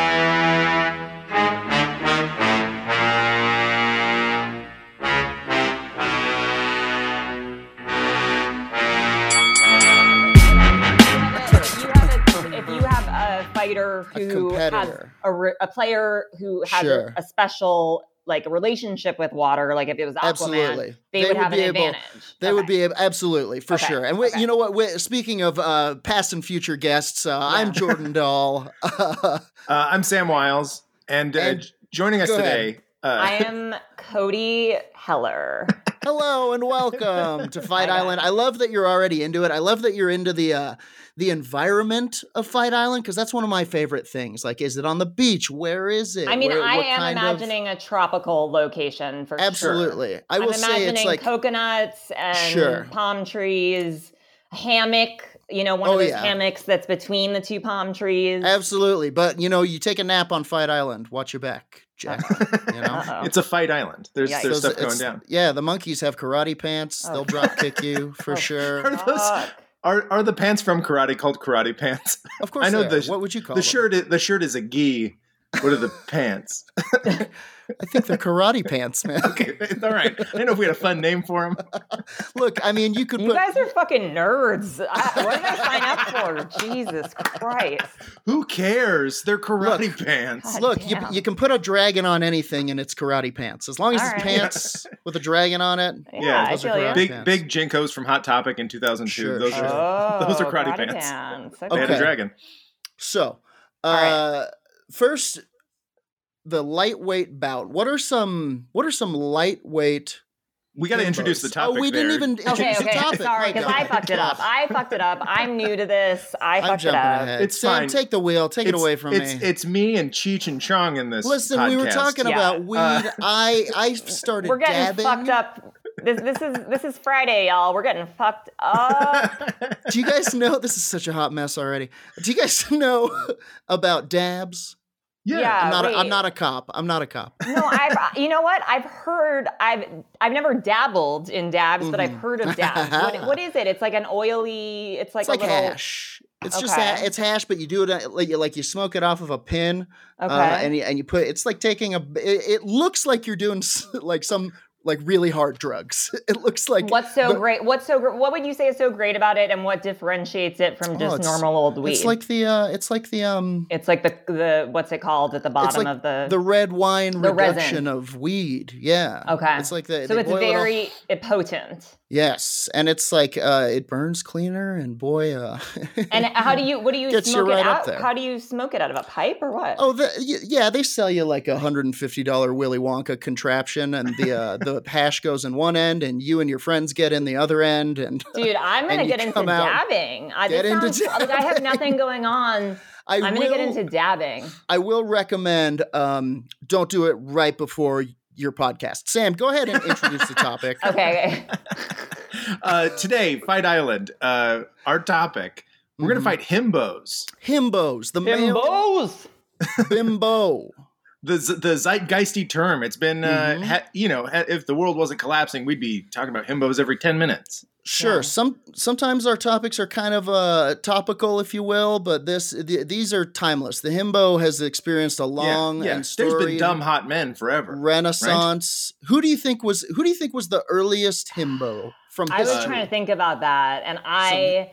If you have a, if you have a fighter A who has competitor. a, re- a player who has Sure. a, a special like relationship with water, like if it was Aquaman, Absolutely. they, They would would have an be able- advantage. They would Okay. be ab- absolutely for Okay, sure. And we, okay. you know what? we speaking of uh, past and future guests, uh, I'm Jordan Dahl. Uh, I'm Sam Wiles, and, uh, And- j- joining us go today, I uh, am Cody Heller. Hello and welcome to Fight Fight Island. Island. I love that you're already into it. I love that you're into the uh, the environment of Fight Island because that's one of my favorite things. Like, is it on the beach? Where is it? I mean, Where- I what am kind of- imagining a tropical location for sure. absolutely. I will am say imagining it's like coconuts and Sure. palm trees, hammock. You know, one Oh, of those yeah. hammocks that's between the two palm trees. absolutely. But you know, you take a nap on Fight Island. Watch your back, Jack. You know. Uh-oh. it's a fight island. There's Yikes. there's Those- stuff going it's- down. Yeah, the monkeys have karate pants. Oh. They'll drop kick you for Oh. sure. Ah, Are those Fuck. are, are the pants from karate called karate pants? Of course, I know they are. the- what would you call the them? shirt is, the shirt is a gi. What are the pants? I think they're karate pants, man. Okay, all right. I didn't know if we had a fun name for them. Look, I mean, you could You put guys are fucking nerds. I, what did I sign up for? Jesus Christ. Who cares? They're karate pants. God Look, you, damn. you can put a dragon on anything and it's karate pants. As long as it's Alright. pants with a dragon on it. Yeah, Yeah, I those are feel karate you. Big pants. big jinkos from Hot Topic in 2002. Sure, those sure. are those are Oh, karate pants. they had Okay. a dragon. So, Alright. uh, first, the lightweight bout. What are some What are some lightweight? We got to introduce the combos? topic. Oh, we didn't there. even introduce Okay, the okay. topic. Sorry, My because God. I fucked it up. I fucked it up. I'm new to this. I I'm fucked it jumping up. ahead. It's Sam, fine. take the wheel. Take it It's- away from it's, me. It's me and Cheech and Chong in this. Listen, we were podcast. talking Yeah. about weed. Uh, I I started We're getting dabbing. fucked up. This, this is this is Friday, y'all. We're getting fucked up. Do you guys know this is such a hot mess already? Do you guys know about dabs? Yeah, I'm not. A, I'm wait. not a cop. I'm not a cop. No, I've uh, you know what? I've heard I've I've never dabbled in dabs, but I've Mhm. heard of dabs. what, what is it? It's like an oily. It's like It's like a little. hash. It's just Okay. ha- it's hash, but you do it uh, like you, like you smoke it off of a pin, Okay. uh, and you, and you put it's like taking a. It, it looks like you're doing s- like some like really hard drugs. It looks like What's so but- great? What's so gr- what would you say is so great about it, and what differentiates it from just Oh, it's- normal old weed? It's like the uh, it's like the um it's like the the what's it called at the it's bottom like of the the red wine the resin. reduction of weed. Yeah. okay. It's like the so they it's boil it all- very it potent. yes, and it's like uh, it burns cleaner, and boy, uh, And how do you what do you Gets you smoke right it up out? there. How do you smoke it out of a pipe or what? Oh, the, y- yeah, they sell you like a hundred and fifty dollar Willy Wonka contraption, and the uh, the hash goes in one end, and you and your friends get in the other end, and Dude, I'm gonna and you get into come out- dabbing. I, Get this into sounds, like I have dabbing. nothing going on. I I'm gonna will get into dabbing. I will recommend um, don't do it right before your podcast. Sam, go ahead and introduce the topic. Okay. uh, today, Fight Island. Uh, our topic. We're gonna Mhm. fight himbos. Himbos, the male Himbos. bimbo. The z- the zeitgeisty term. It's been uh, Mhm. ha- you know ha- if the world wasn't collapsing, we'd be talking about himbos every ten minutes. Sure. Yeah. Some sometimes our topics are kind of uh, topical, if you will, but this th- these are timeless. The himbo has experienced a Yeah, long yeah. and storied There's been dumb hot men forever. Renaissance. Who do you think was who do you think was the earliest himbo from I was history? trying to think about that, and I,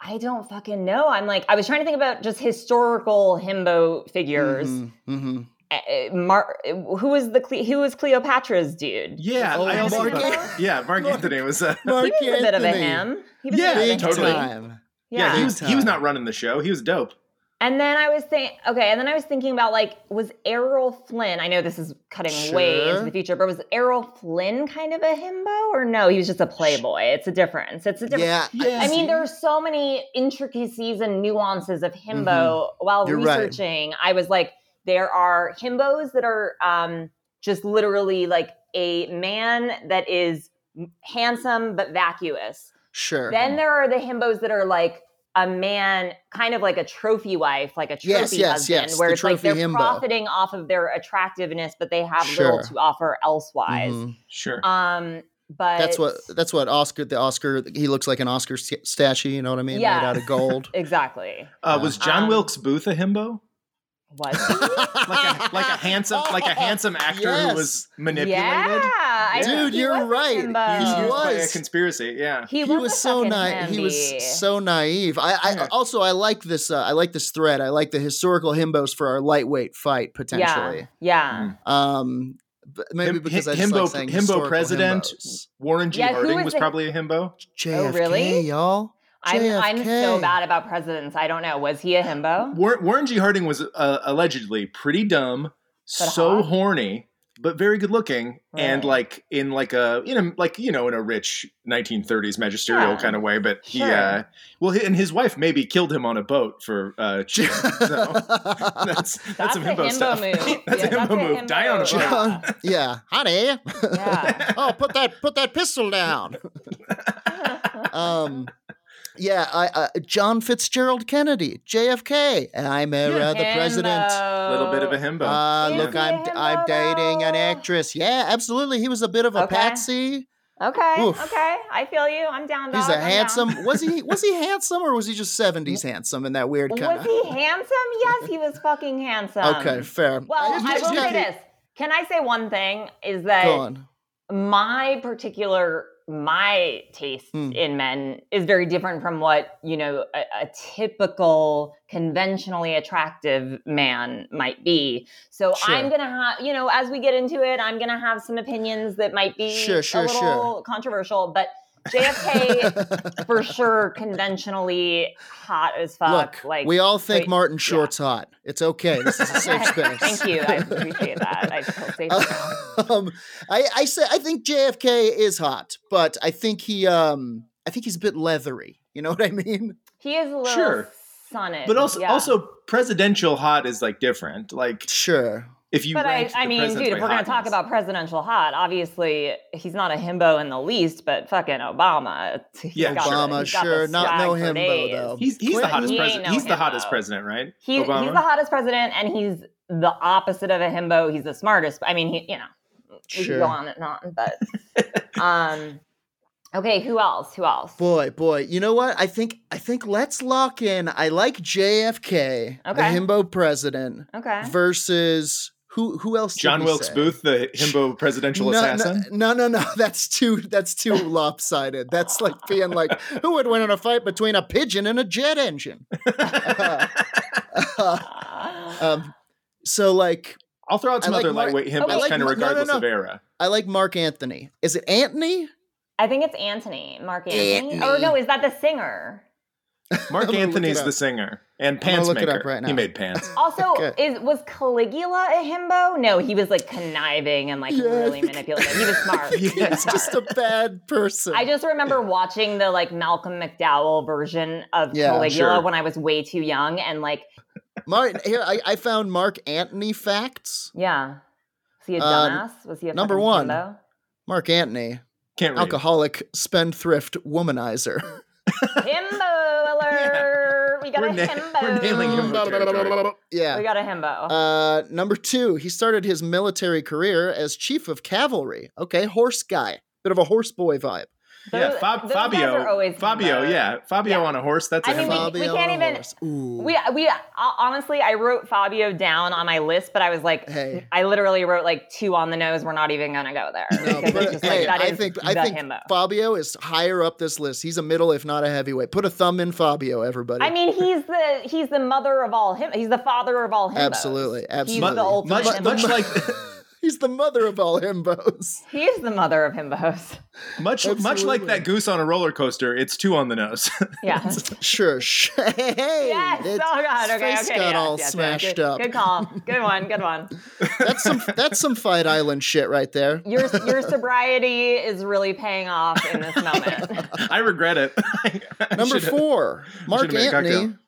I don't fucking know. I'm like, I was trying to think about just historical himbo figures, Mhm, mhm. uh, Mar- who was the Cle- who was Cleopatra's dude? Yeah, Oh, I also Mark thought- Anthony. yeah, Mark, Mark- Anthony was. Uh, Mark He was a bit of a Anthony. him. He was a Yeah, bit of Big a totally. him. time. yeah, he big was. He was time. not running the show. He was dope. And then I was thinking, okay, and then I was thinking about like, was Errol Flynn? I know this is cutting way Sure. into the future, but was Errol Flynn kind of a himbo, or no? He was just a playboy. It's a difference. It's a difference. Yeah, Yeah. I mean, there are so many intricacies and nuances of himbo. While Mm-hmm. You're right. researching, I was like, there are himbos that are um, just literally like a man that is handsome but vacuous. sure. Then there are the himbos that are like a man, kind of like a trophy wife, like a trophy Yes, yes, husband, yes, where the it's like trophy they're himbo. profiting off of their attractiveness, but they have Sure. little to offer elsewise. Mhm. Sure. Um, but That's what. That's what Oscar. The Oscar. He looks like an Oscar st- statue. You know what I mean? Yeah. Made out of gold. exactly Uh, was John Um, Wilkes Booth a himbo? was. Like a, like a handsome, like a handsome actor who was manipulated. Yeah, I Dude, think he you're was a right. He's himbo. He was playing a was. conspiracy. Yeah. He, he was, was so naive. naive. He was so naive. I, Hmm. oh, I also I like this. Uh, I like this thread. I like the historical himbos for our lightweight fight yeah, potentially. Hmm. yeah. Um, but maybe Him- because I him- just himbo, like saying himbo historical president himbos. Warren G. Yeah, who Harding was was the- probably a himbo. Oh, JFK, really? y'all. I'm I'm so JFK. bad about presidents. I don't know. Was he a himbo? Warren, Warren G. Harding was uh, allegedly pretty dumb, so hot. horny, but very good looking, and Right. like in like a in a like you know in a rich 1930s magisterial Yeah. kind of way. But he, Sure. uh, well, he, and his wife maybe killed him on a boat for uh, cheating. so that's, that's That's some a himbo, himbo stuff. move. that's Yeah, a himbo that's a move. himbo Die on a move. boat. John, yeah, honey. Yeah. oh, put that put that pistol down. um, yeah, I, uh, John Fitzgerald Kennedy, JFK, and I'm uh, Yeah. the president. A little bit of a himbo. Uh, Is look, he I'm a I'm himbo, dating an though? actress. Yeah, absolutely. He was a bit of a Okay. patsy. Okay. Oof. Okay. I feel you. I'm down. He's dog, a I'm down. handsome. Was he was he handsome or was he just seventies handsome in that weird kind Was of? he handsome? Yes, he was fucking handsome. Okay, fair. Well, I- I he's will got- say this. Can I say one thing? Is Go that on. my particular my taste Hmm. in men is very different from what you know a, a typical conventionally attractive man might be. So Sure. I'm gonna have you know as we get into it, I'm gonna have some opinions that might be Sure, sure, a little controversial, but. JFK for sure, conventionally hot as fuck. Look, like we all think wait, Martin Short's hot. It's okay. This is a safe space. Thank you, I appreciate that. I feel safe. now. um, I, I say I think JFK is hot, but I think he um I think he's a bit leathery. You know what I mean? He is a little Sure. sunny, but also yeah. also presidential hot is like different. Like Sure. if you But I, ranked I the mean, presidents dude, if by we're going to talk hotness. about presidential hot, obviously he's not a himbo in the least, but fucking Obama. he's Yeah, got the- Obama, he's got the sure. Not no swag for himbo days. though. he's he's the Clinton- hottest he ain't president. no he's the hottest himbo. president, right? He, he's the Obama? hottest president, and he's the opposite of a himbo. He's the smartest. I mean, he, you know, we Sure. can go on and on, but. um, okay, who else? Who else? Boy, boy, you know what? I think I think let's lock in. I like JFK, the Okay. himbo president, okay. versus who? Who else? did John we Wilkes say? Booth, the himbo presidential assassin. No, no, no, no, that's too that's too lopsided. That's like being like, who would win in a fight between a pigeon and a jet engine? Uh, Uh, um, so like, I'll throw out some I like other Mark- lightweight I himbos, like kind of Mark- no, no, regardless no. of era. I like Mark Anthony. Is it Anthony? I think it's Anthony, Mark Anthony. Oh, no, is that the singer? I'm Mark gonna look Anthony's it the up. singer and gonna pants look it maker. up right now. He made pants. Also, Okay. is was Caligula a himbo? No, he was like conniving and like Yeah, I really think- manipulative. He was smart. He was He's just a smart. bad person. I just remember watching the like Malcolm McDowell version of Yeah, Caligula sure. when I was way too young, and like, Martin here, I, I found Mark Antony facts. yeah, was he a Uh, dumbass? was he a number fucking one. himbo? Mark Antony, Can't read. alcoholic, spendthrift, womanizer. Himbo alert! We got We're a na- himbo. we're nailing himbo territory. yeah. We got a himbo. Uh, number two, he started his military career as chief of cavalry. Okay, horse guy, bit of a horse boy vibe. yeah, Those- Fab- those guys are Fabio, always Fabio, himbos. yeah, Fabio Yeah. on a horse. That's a I mean, we- himbo. we can't on a even- horse. Ooh. We we honestly, I wrote Fabio down on my list, but I was like, Hey. I literally wrote like two on the nose. We're not even gonna go there No, because Oh, but, it's just like hey, that I is think the I think himbo. Fabio is higher up this list. He's a middle, if not a heavyweight. Put a thumb in Fabio, everybody. I mean, he's the he's the mother of all him. He's the father of all himbos. Absolutely, He's absolutely. the ultimate. much, much Much, like, he's the mother of all himbos. he is the mother of himbos. much, much like that goose on a roller coaster. It's two on the nose. Yeah. Sure. sh- Hey, Yes. it's- oh God. his Okay. face okay. got yes, all yes, yes. smashed Good- up. Good call. Good one. Good one. That's some that's some Fight Island shit right there. Your your sobriety is really paying off in this moment. I regret it. I Number should've- four, Mark should've made a Antony cocktail.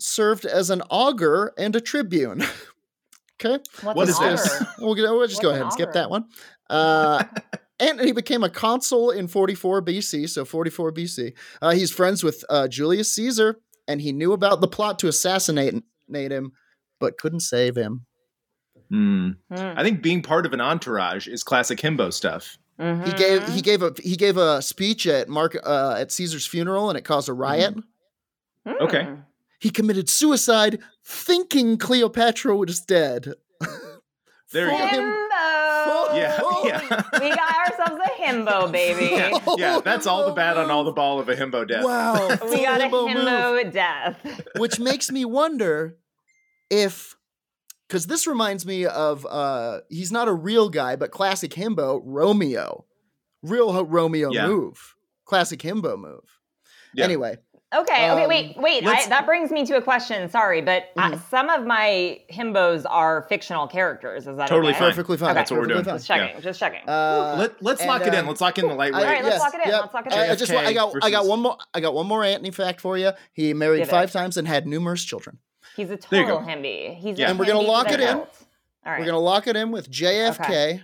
served as an augur and a tribune. okay, What's What an is this? honor? we'll, go- we'll just go What's ahead an and skip augur? that one. Uh, Antony became a consul in 44 BC, so 44 BC. Uh, he's friends with uh, Julius Caesar, and he knew about the plot to assassinate nate him, but couldn't save him. Hmm. Mm. I think being part of an entourage is classic himbo stuff. Mhm. He gave he gave a he gave a speech at Mark uh, at Caesar's funeral, and it caused Mm-hmm. a riot. Mm. Okay. He committed suicide thinking Cleopatra was dead. There you Full go. him- Himbo. full- Yeah, full- yeah. We got ourselves a himbo, baby. yeah, yeah, that's all the himbo bad on all move. the ball of a himbo death. Wow. oh, full We got a himbo move. himbo death. Which makes me wonder if because this reminds me of uh he's not a real guy, but classic himbo, Romeo. Real ho- Romeo Yeah. move. Classic himbo move. Yeah. Anyway, Okay, okay, Um, wait, wait. I, let's- Mm-hmm. that brings me to a question. Sorry, but uh, some of my himbos are fictional characters. Is that Totally okay? fine. perfectly fine. Okay. That's what we're Perfectly doing. Just checking. Just checking. Uh, Let, let's and, lock it in. uh, Let's lock in the lightweight. All right, All right, let's lock it in. Let's lock it in. I, I just want, I got I got JFK one more I got one more Antony fact for you. He married Give it. five times and had numerous children. He's a There you total go. himby. He's Yeah. a And we're gonna himby lock to the it in. hilt. All right. We're gonna lock it in with JFK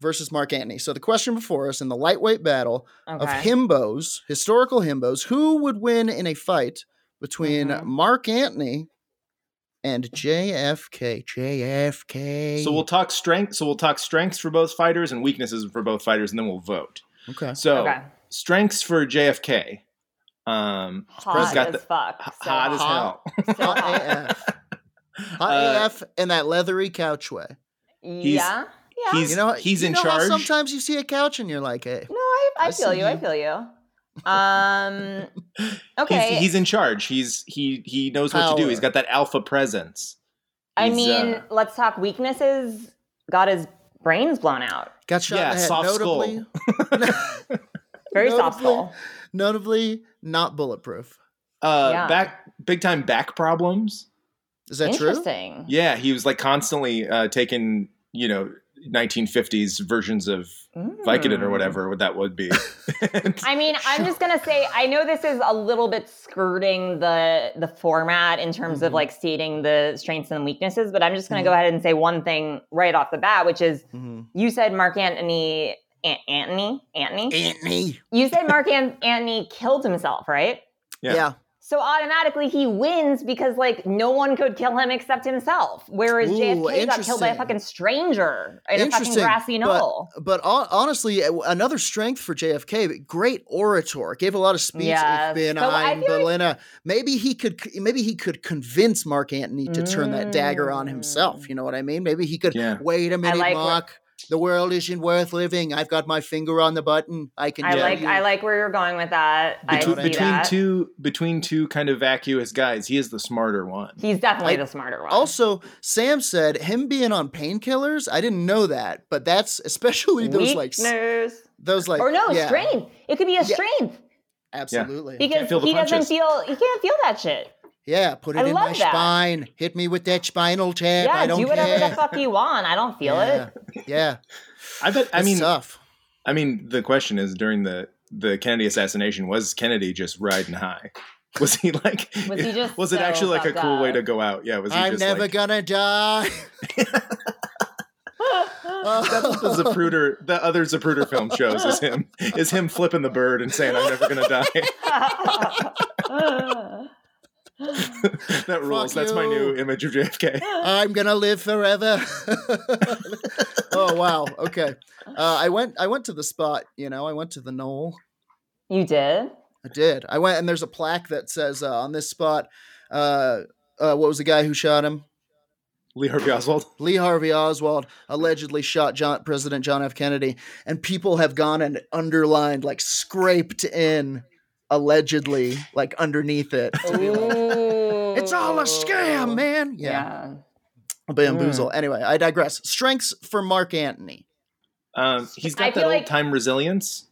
versus Mark Antony. So the question before us in the lightweight battle of Okay. himbos, historical himbos, who would win in a fight between Mm-hmm. Mhm. Mark Antony and JFK? JFK. So we'll talk strength. So we'll talk strengths for both fighters and weaknesses for both fighters, and then we'll vote. okay. So Okay. strengths for JFK. Um, hot got as the- fuck. h- So hot as hell. So Hot hot. AF. Hot Uh, AF and that leathery couch way. yeah. Yeah. He's You know, he's you in know how charge. sometimes you see a couch and you're like, hey, no, I, I, I feel see you. I you. feel you. Um. He's- Okay. he's, in charge. He's he he knows what to do. Power. He's got that alpha presence. I he's, mean, uh, let's talk weaknesses. Got his brains blown out. got shot Yeah, in the head. soft notably, skull. Very Notably- soft soul. Notably, not bulletproof. Uh, Yeah. back big time back problems. Is that true? Interesting. Yeah, he was like constantly uh, taking you know 1950s versions of Vicodin or Mm. whatever what that would be. I mean, I'm just gonna say I know this is a little bit skirting the the format in terms Mm-hmm. of like stating the strengths and weaknesses, but I'm just gonna go ahead and say one thing right off the bat, which is Mm-hmm. you said Mark Antony, An- Antony, Antony. Antony. You said Mark An- Antony killed himself, right? Yeah. yeah. So automatically he wins because like no one could kill him except himself. Whereas Ooh, JFK got killed by a interesting. fucking stranger in a fucking Interesting, grassy but- knoll. But hon- honestly, uh, another strength for JFK, but great orator, gave a lot of speech. Yes. Ich bin So I ein feel like- Berliner. Maybe he could, c- maybe he could convince Mark Antony to turn that dagger on himself. You know what I mean? Maybe he could. Yeah. Wait a minute, Mm. like where- Mark. the world isn't worth living. I've got my finger on the button. I can. I tell like you. I like where you're going with that. between, I see between that. two between two kind of vacuous guys, he is the smarter one. He's definitely I- the smarter one. Also, Sam said him being on painkillers. I didn't know that, but that's especially those like s- Weakness. those like or no yeah, strength. It could be a strength Absolutely. because feel the he doesn't punches. feel he can't feel that shit. Yeah, put it I in my love that. spine. Hit me with that spinal tap. yeah, I don't do whatever care. the fuck you want. I don't feel yeah. it. Yeah. I bet. I It's mean, tough. I mean, the question is during the the Kennedy assassination, was Kennedy just riding high? Was he like? Was he just was it so actually like a fucked cool way up? to go out? Yeah. Was he I'm just never like, gonna die. that's what the Zapruder, the other Zapruder film shows is him is him flipping the bird and saying, "I'm never gonna die." that rules. That's my you. new image of JFK. I'm gonna live forever. oh wow. Okay. Uh, I went. I went to the spot. You know, I went to the knoll. You did? I did. I went and there's a plaque that says uh, on this spot, uh, uh, what was the guy who shot him? Lee Harvey Oswald. Lee Harvey Oswald allegedly shot John, President John F. Kennedy, and people have gone and underlined, like scraped in, allegedly, like underneath it. to be like, it's all a scam, man. Yeah, Oh. Yeah. Mm. bamboozle. Anyway, I digress. Strengths for Mark Antony. Um, he's I got that feel old like- time resilience.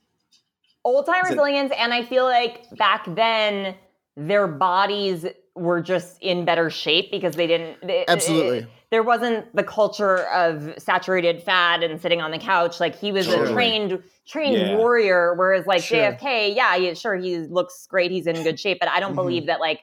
Old time Is it- resilience, and I feel like back then their bodies were just in better shape because they didn't. they- Absolutely. there wasn't the culture of saturated fat and sitting on the couch. Like he was a Totally. trained trained Yeah. warrior, whereas like Sure. JFK, yeah, he, sure he looks great, he's in good shape, but Mm-hmm. I don't believe that like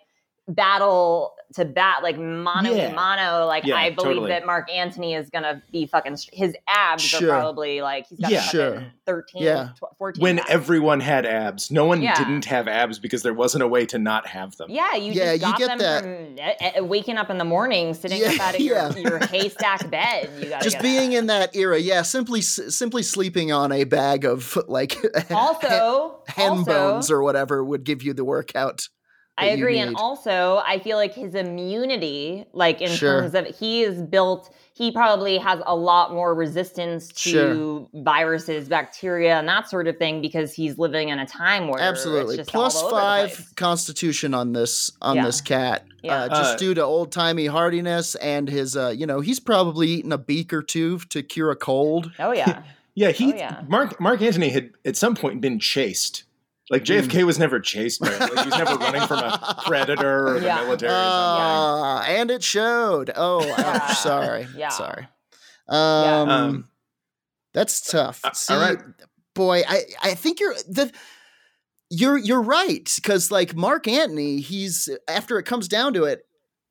battle to bat, like mono Yeah. to mono. Like Yeah, I believe totally. that Mark Antony is gonna be fucking. str- His abs Sure. are probably like he's got Yeah. fucking Sure. 13, Yeah. 12, 14. When abs. everyone had abs, no one Yeah. didn't have abs because there wasn't a way to not have them. Yeah, you Yeah, just you got get them from eh, eh, waking up in the morning, sitting Yeah, up out of yeah. your, your haystack bed. You gotta Just get being that. in that era, yeah. Simply, s- simply sleeping on a bag of like also hen also, bones or whatever would give you the workout. I that you agree, and need. also I feel like his immunity, like in Sure. terms of he is built, he probably has a lot more resistance to Sure. viruses, bacteria, and that sort of thing because he's living in a time where Absolutely. it's just Plus all over the five place. constitution on this on Yeah. this cat. Yeah. Uh, just Uh, due to old timey hardiness and his uh, you know, he's probably eaten a beak or two to cure a cold. Oh yeah, Yeah, he Oh, yeah. Mark Mark Antony had at some point been chased. Like JFK was never chased, by like, he was never running from a predator or the Yeah. military. or something. Uh, and it showed. Oh Yeah. ouch, sorry. Yeah. Sorry. Yeah. Um, Um, that's tough. uh, all See, right. boy, I, I think you're the you're you're right because like Mark Antony, he's after it comes down to it,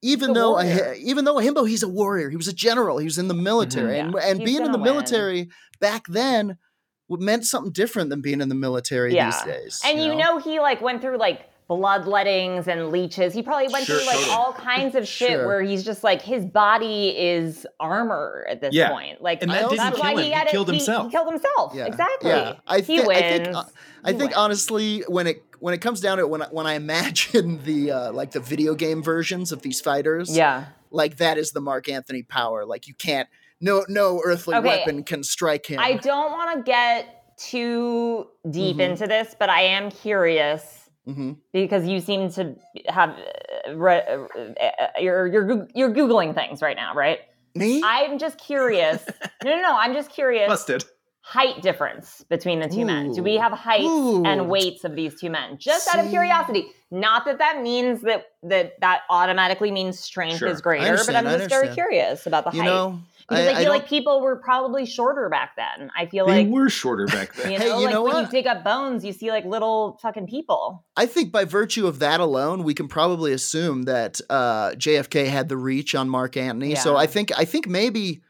even He's a though warrior. I, even though a himbo, he's a warrior. He was a general. He was in the military, and Yeah, and he's being in gonna the win. military back then w- meant something different than being in the military Yeah. these days. and you know? he like went through like bloodlettings and leeches. He probably went Sure, through like totally. all kinds of shit Sure. where he's just like his body is armor at this Yeah. point. Like And that didn't that's kill why him. he He had it- killed he- himself. He, killed himself. Yeah. Exactly. Yeah. I, he thi- I wins. think, uh, I He think wins. honestly, when it when it comes down to it, when I, when I imagine the uh, like the video game versions of these fighters, yeah. like that is the Mark Anthony power. Like you can't no no earthly Okay. weapon can strike him. I don't want to get too deep Mm-hmm. Mhm. into this, but I am curious hmm because you seem to have uh, re- uh, uh, you're you're Goog- you're googling things right now, right? Me? I'm just curious. no, no, no. I'm just curious. Busted. height difference between the two men? Do we Ooh. have heights Ooh. and weights of these two men? Just out of See. curiosity. Not that that means that that, that automatically means strength Sure. is greater, but understand, I'm I just very understand. curious about the you height. know, because I, feel don't- like people were probably shorter back then. I feel they like were shorter back then. you know, Hey, you like know when you what? dig up bones, you see like little fucking people. I think by virtue of that alone, we can probably assume that uh, JFK had the reach on Mark Antony. So Yeah. I think I think maybe.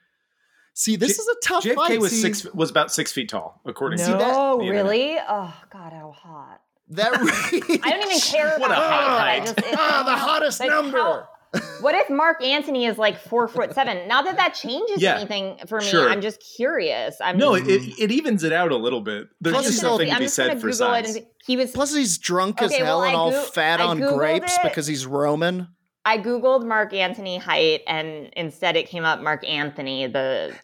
See, this J- is a tough JFK fight. was see, six was about six feet tall, according See, to that- no, the internet. really? Oh god, how hot. That I don't even care What about a height. height. but I just, it- ah, the hottest Like, number. how- what if Mark Antony is like four foot seven? Not that that changes Yeah, anything for me. sure. I'm just curious. I'm No, it, just, Mm. it, it evens it out a little bit. There's I'm Plus just he's gonna- something to I'm be just gonna said for Google it and size. see- he was. Plus, he's drunk as Okay, well, hell and I all goo- fat I on Googled grapes it. because he's Roman. I googled Mark Antony height, and instead it came up Mark Anthony, the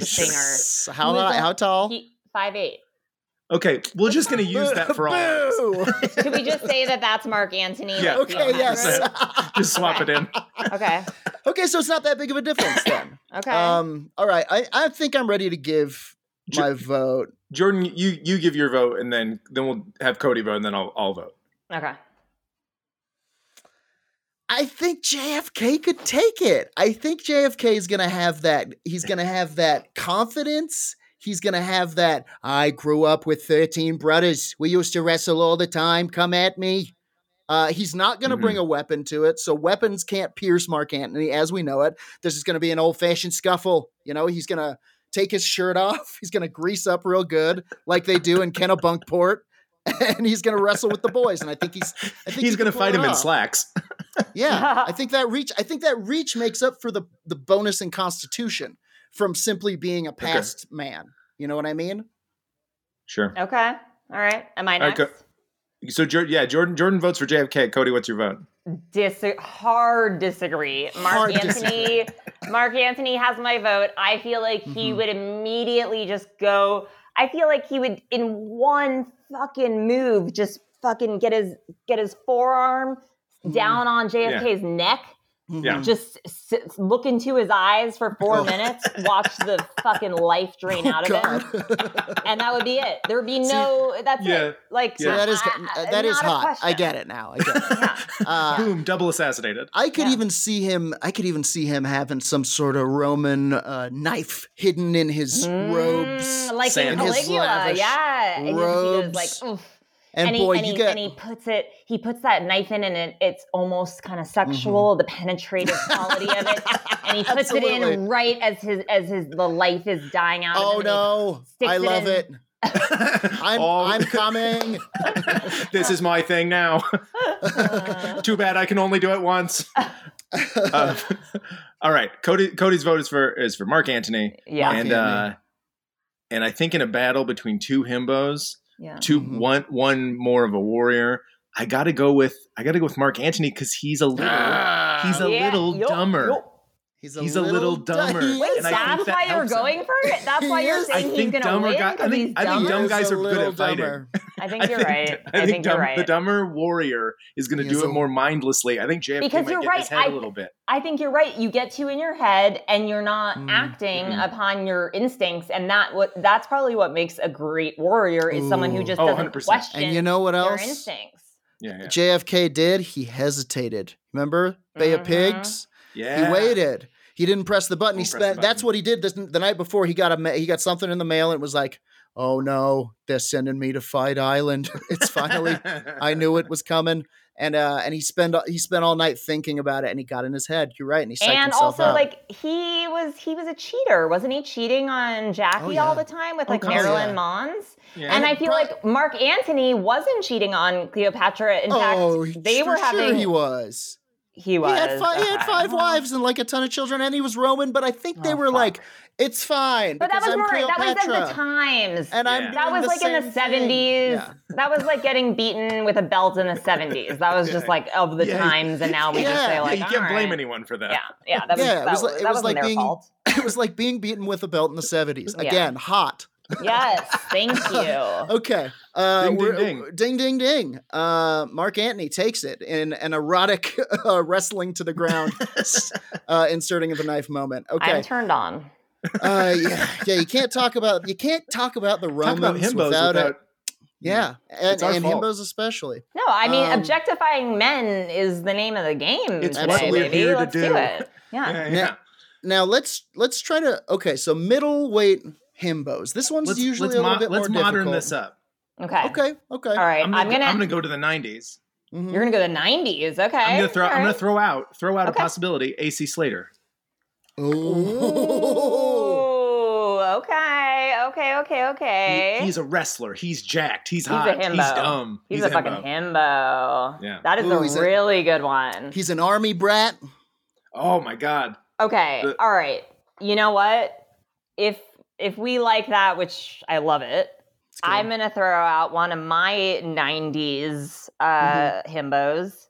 singer. Nice. How, Who is high- a- how tall? He, five eight. Okay, we're just going to use that for all. Boo! Could we just say that that's Mark Antony? Yeah. that's the okay, yes. accurate? Just swap it in. okay. okay, so it's not that big of a difference then. Okay. Um, all right, I, I think I'm ready to give Ju- my vote. Jordan, you you give your vote, and then then we'll have Cody vote, and then I'll I'll vote. okay. I think JFK could take it. I think JFK is gonna have that. He's gonna have that confidence. He's gonna have that. I grew up with thirteen brothers. We used to wrestle all the time. Come at me. Uh, he's not gonna Mm-hmm. bring a weapon to it, so weapons can't pierce Mark Antony as we know it. This is gonna be an old fashioned scuffle. You know, he's gonna take his shirt off. He's gonna grease up real good, like they do in Kennebunkport, and he's gonna wrestle with the boys. And I think he's. I think He's going to fight him in slack. slacks. Yeah, I think that reach. I think that reach makes up for the the bonus in Constitution from simply being a past man. You know what I mean? Sure. Okay. All right. Am I All right, next? go- So Jor- yeah, Jordan Jordan votes for JFK. Cody, what's your vote? Dis- hard disagree. Mark Hard Anthony. Mark Anthony has my vote. I feel like he Mm-hmm. would immediately just go. I feel like he would, in one fucking move, just fucking get his get his forearm Mm-hmm. down on JFK's neck. Mm-hmm. Yeah. Oh. Just sit, look into his eyes for four minutes, watch the fucking life drain out of him, and that would be it. There would be no. that's yeah. it. Like So So that is uh, I- I- that is not a hot. I question. get it now. I get it. Uh, Boom, double assassinated. I could Yeah. even see him. I could even see him having some sort of Roman uh, knife hidden in his robes. Mm, like in sand. His Caligula, lavish yeah. And you robes. just see those, like, mm, oof. And, boy, he, and, you he, get and he puts it, he puts that knife in, and it, it's almost kind of Mm-hmm. sexual, the penetrative quality of it, and he puts it Absolutely. in right as his as his the life is dying out. of oh him, and he- no! sticks I it love in. it. I'm All- I'm coming. this is my thing now. Too bad I can only do it once. Uh, all right, Cody. Cody's vote is for is for Mark Anthony, yeah, and uh, and I think in a battle between two himbos, yeah. two Mhm. one one more of a warrior. I got to go with I got to go with Mark Anthony because he's a Ah, little he's a Yeah, little yup, dumber. yup. He's a, He's a little dumber. He Wait, is. And I think that's that why you're helps him. going for it. That's why you're He is. I saying he's think gonna dumber win. guy- I 'Cause think- he's I think dumber? He dumb is guys a are good little at fighting. dumber. I think you're right. I think dumb- you're right. the dumber warrior is going to He do is it a- more mindlessly. I think JFK Because might you're get in his right, head a I- little bit. I think you're right. You get two in your head, and you're not acting Mm, Mm-mm. upon your instincts, and that what that's probably what makes a great warrior is someone who Ooh. just Oh, doesn't 100%. question And you know what their else? instincts. Yeah, yeah. JFK did. He hesitated. Remember Bay of Mhm. Pigs? yeah. He waited. He didn't press the button. He Don't press the spent. That's button. what he did this, the night before. He got a ma- he got something in the mail and it was like, oh no, they're sending me to Fight Island. it's finally. I knew it was coming. And uh, and he spent he spent all night thinking about it, and he got in his head. You're right, and he psyched And himself also, out. like he was, he was a cheater, wasn't he? Cheating on Jackie Oh, yeah. all the time with like constantly. Marilyn Yeah. Mons. Yeah. And I feel Pro- like Mark Antony wasn't cheating on Cleopatra. In oh, fact, they for were sure having. he was. He He was. had, fi- he had Okay. five wives and like a ton of children, and he was Roman. But I think they Oh, were fuck. like, "It's fine." But that because was I'm more. That was at Cleopatra." the times. And I'm Yeah. That doing was the like in the same thing. seventies. Yeah. That was like getting beaten with a belt in the seventies. That was just like of the Yeah. times, and now we just Yeah. say Yeah, Yeah, like, you can't blame "Alright." anyone for that. Yeah, yeah, that was, Yeah, it that, was was, like- it that was wasn't like their being- fault. it was like being beaten with a belt in the 70s. Yeah. Again, hot. Yes, thank you. Okay. Uh, Ding, ding, we're- ding. ding, ding, ding. Uh, Mark Antony takes it in an erotic uh, wrestling to the ground, uh, inserting of the knife moment. I'm Okay. turned on. uh, yeah, yeah, you can't talk about you can't talk about the Talk Romans about himbos without, without, Mm, it. Yeah, and, It's our and fault. himbos especially. No, I mean Um, objectifying men is the name of the game. It's today, what we're baby. here to Let's do. it. Yeah. Yeah, Now- yeah. Now let's let's try to okay. So middleweight himbos. This one's Let's, usually let's, a little mo- bit let's more modern difficult. this up. Okay. Okay. Okay. All right. I'm gonna, I'm gonna go to the 90s. Mhm. You're gonna go to the nineties. Okay. I'm gonna throw. All I'm gonna right. throw out. Throw out Okay. a possibility. AC Slater. Ooh, Ooh. okay, okay, okay, He- okay. he's a westler. He's jacked. He's He's a hot. He's himbo. dumb. He's, a, fucking himbo. Yeah. That is Ooh, he's a a- really good one. He's an army brat. Oh my god. Okay. The- all right. You know what? If if we like that, which I love it, good. I'm gonna throw out one of my '90s uh, himbos,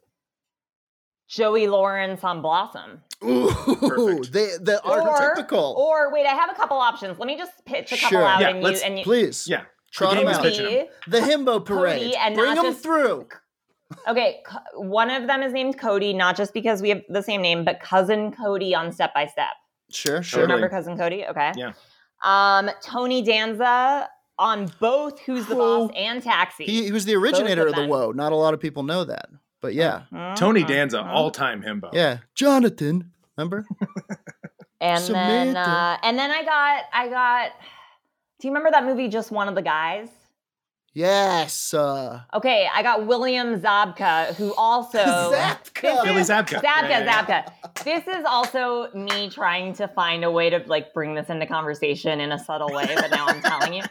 Joey Lawrence on Blossom. Ooh, Perfect. they the archetypical. or wait, I have a couple options. Let me just pitch a couple Sure. out, Yeah, and you let's- and you Please, Yeah. trot game them is out. pitching. Cody. The himbo parade. and Bring not them just- through. Okay, co- one of them is named Cody, not just because we have the same name, but cousin Cody on Step by Step. Sure, sure. Totally. Remember cousin Cody? Okay. Yeah. Um, Tony Danza on both Who's the Whoa. Boss and Taxi. Oh, He, he was the originator of of the them. woe. Not a lot of people know that, but Oh. yeah, Mhm, Tony Danza, mhm. all time himbo. yeah. Jonathan, remember? And then, Samantha. uh, and then I got, I got. Do you remember that movie, Just One of the Guys? yes. Uh, Okay, I got William Zabka, who also Zapka. Billy Zabka. Zabka, Yeah, yeah, yeah. Zabka. This is also me trying to find a way to like bring this into conversation in a subtle way, but now I'm telling you.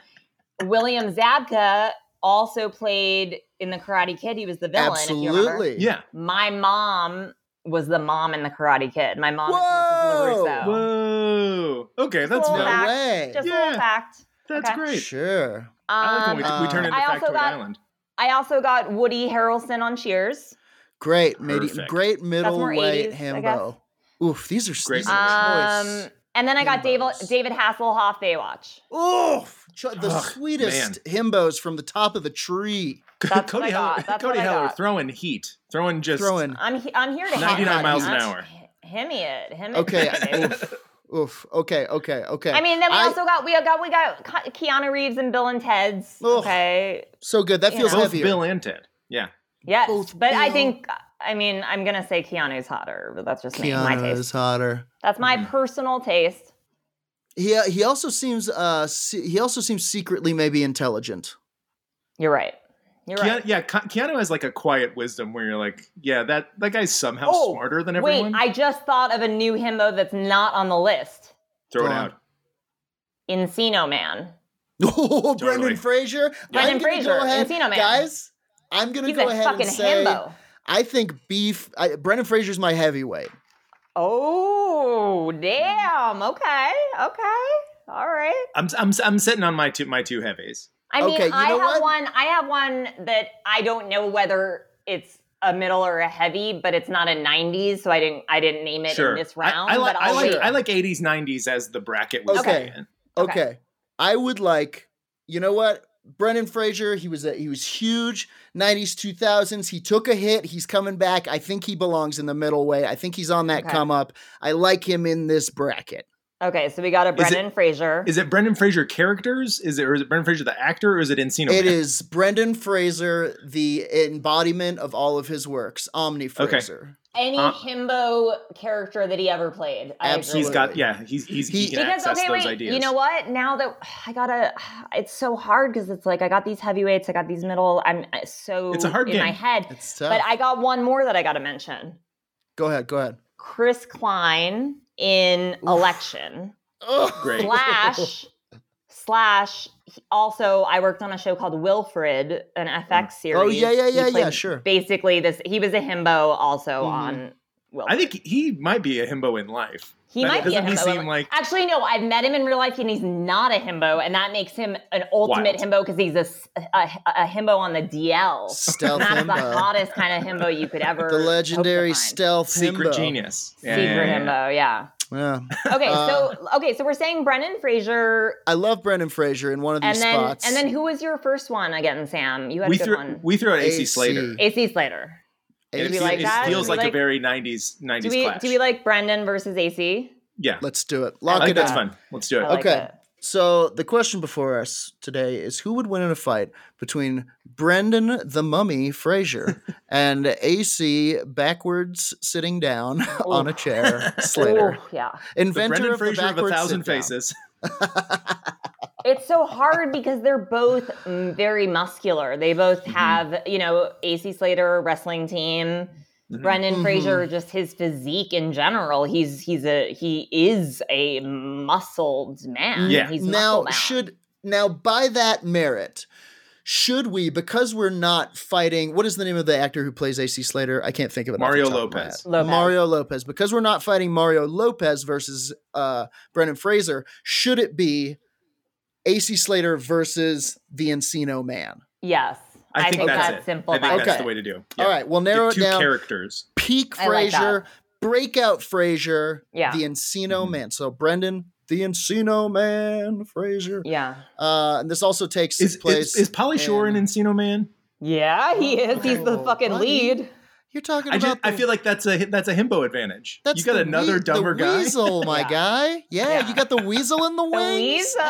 William Zabka also played in the Karate Kid. He was the villain. If you remember. absolutely. Yeah. My mom was the mom in the Karate Kid. My mom is Whoa! Mrs. LaRusso. Whoa. Okay, that's Cool No fun. fact. way. Just a Yeah. little fact. That's okay. great. Sure. I like when we, Um, we turn um, into I also Factoid got- Island. I also got Woody Harrelson on Cheers. Great, midi- Perfect. great middleweight 80s, I himbo. Oof, these are Great these are choice. Um, and then I got David Himbos. David Hasselhoff Baywatch. Oh, the Ugh, sweetest himbos from the top of the tree. That's Cody what I Heller, got. That's Cody what I Heller got. throwing heat, throwing just Throwing. I'm he- I'm here to hit 99 it. miles an I'm- hour. Him it. Him it. Okay. him it. oof, oof. Okay. Okay. Okay. I mean, then we I- also got we got we got Ke- Keanu Reeves and Bill and Ted's. Ugh. Okay. so good. That you feels know. both heavier. Bill and Ted. Yeah, Yes, Both but I Bill- think I mean I'm gonna say Keanu's hotter, but that's just me. My Keanu taste. is hotter. That's my Mm. personal taste. He he also seems uh se- he also seems secretly maybe intelligent. You're right. You're Keanu, right. yeah. Ke- Keanu has like a quiet wisdom where you're like, yeah, that that guy's somehow Oh, smarter than Wait, everyone. I just thought of a new himbo that's not on the list. Throw it Go on. out. Encino Man. Oh, Totally. Brendan Fraser. Brendan I'm gonna Fraser, go ahead, Encino Man. guys. I'm gonna He's a go ahead fucking and say himbo. I think beef. I, Brendan Fraser's my heavyweight. Oh, damn. Okay. Okay. All right. I'm I'm I'm sitting on my two my two heavies. I mean, Okay, you I know have what? one. I have one that I don't know whether it's a middle or a heavy, but it's not a '90s, so I didn't. I didn't name it sure, in this I- round. I, like but I I'll like wait. I like 80s 90s as the bracket was Okay. saying. Okay. Okay. I would like, you know what? Brendan Fraser, he was a, he was huge 90s 2000s. He took a hit. He's coming back. I think he belongs in the middle way. I think he's on that Okay. come up. I like him in this bracket. Okay, so we got a Is it- Brendan Fraser. Is it Brendan Fraser characters? Is it or is it Brendan Fraser the actor or is it Encino? Man? It is Brendan Fraser, the embodiment of all of his works. Omni Fraser. Any uh, himbo character that he ever played. I agree. Absolutely. He's got yeah. He's he's he, He- can access those ideas. you know what? Now that I gotta, it's so hard because it's like I got these heavyweights, I got these middle. I'm uh, so It's a hard in my game. head. It's tough. But I got one more that I gotta mention. go ahead. Go ahead. Chris Klein in election Great. slash slash. he- Also, I worked on a show called Wilfred, an FX Mm. series. Oh, yeah, yeah, He yeah, yeah, played sure. Basically, this he was a himbo also Mhm. on. Wilfred. Mm-hmm. I think he might be a himbo in life. He That might be a doesn't himbo. he Well, seem like- Actually, no. I've met him in real life, and he's not a himbo, and that makes him an ultimate Wild. himbo because he's a, s- a- a himbo on the DL. Stealth That's the himbo. hottest kind of himbo you could ever. The legendary hope to find. stealth Secret himbo. genius. Yeah, Secret yeah, yeah, yeah. himbo, yeah. Yeah. Okay, Uh, so okay, so we're saying Brendan Fraser, I love Brendan Fraser in one of and these then spots. and then who was your first one again, Sam? You had We a good threw one. we threw out AC, AC. Slater. AC Slater. And Do it we fe- like it that? feels Do we like, a like- very 90s 90s Do we clash. do we like Brendan versus AC? yeah. Let's do it. I Lock think it that's in. fun. Let's do it. I like Okay. it. So the question before us today is who would win in a fight between Brendan the Mummy Fraser and AC backwards sitting down on a chair Slater, Ooh, yeah. Oh. The inventor Brendan of Fraser the of a backwards thousand sit-down. faces. It's so hard because they're both mm, very muscular. They both Mm-hmm. have, you know, AC Slater wrestling team. Mm-hmm. Brendan Mhm. Fraser, just his physique in general. He's he's a he is a muscled man. Yeah. He's Now muscle-bound. should now by that merit. Should we, because we're not fighting, what is the name of the actor who plays AC Slater? I can't think of it. off the Mario top of my Lopez. head. Lopez. Mario Lopez. Because we're not fighting Mario Lopez versus uh, Brendan Fraser, should it be AC Slater versus the Encino Man? yes. I think that's it. simple. I think that's Okay. the way to do. Yeah. All right, we'll narrow Get it two down. characters. Peak I like that. Fraser, breakout Fraser, Yeah. the Encino Mm-hmm. Man. So Brendan, the Encino Man, Fraser. Yeah. Uh, and this also takes Is is, place. is Polly Shore in Encino Man? Yeah, he is. He's the Oh, fucking buddy. lead. you're talking I about. just I the- feel like that's a that's a himbo advantage. that's you got the another wee- dumber the guy. Weasel, my Yeah. guy. Yeah, Yeah. you got the weasel in the wings. weasel.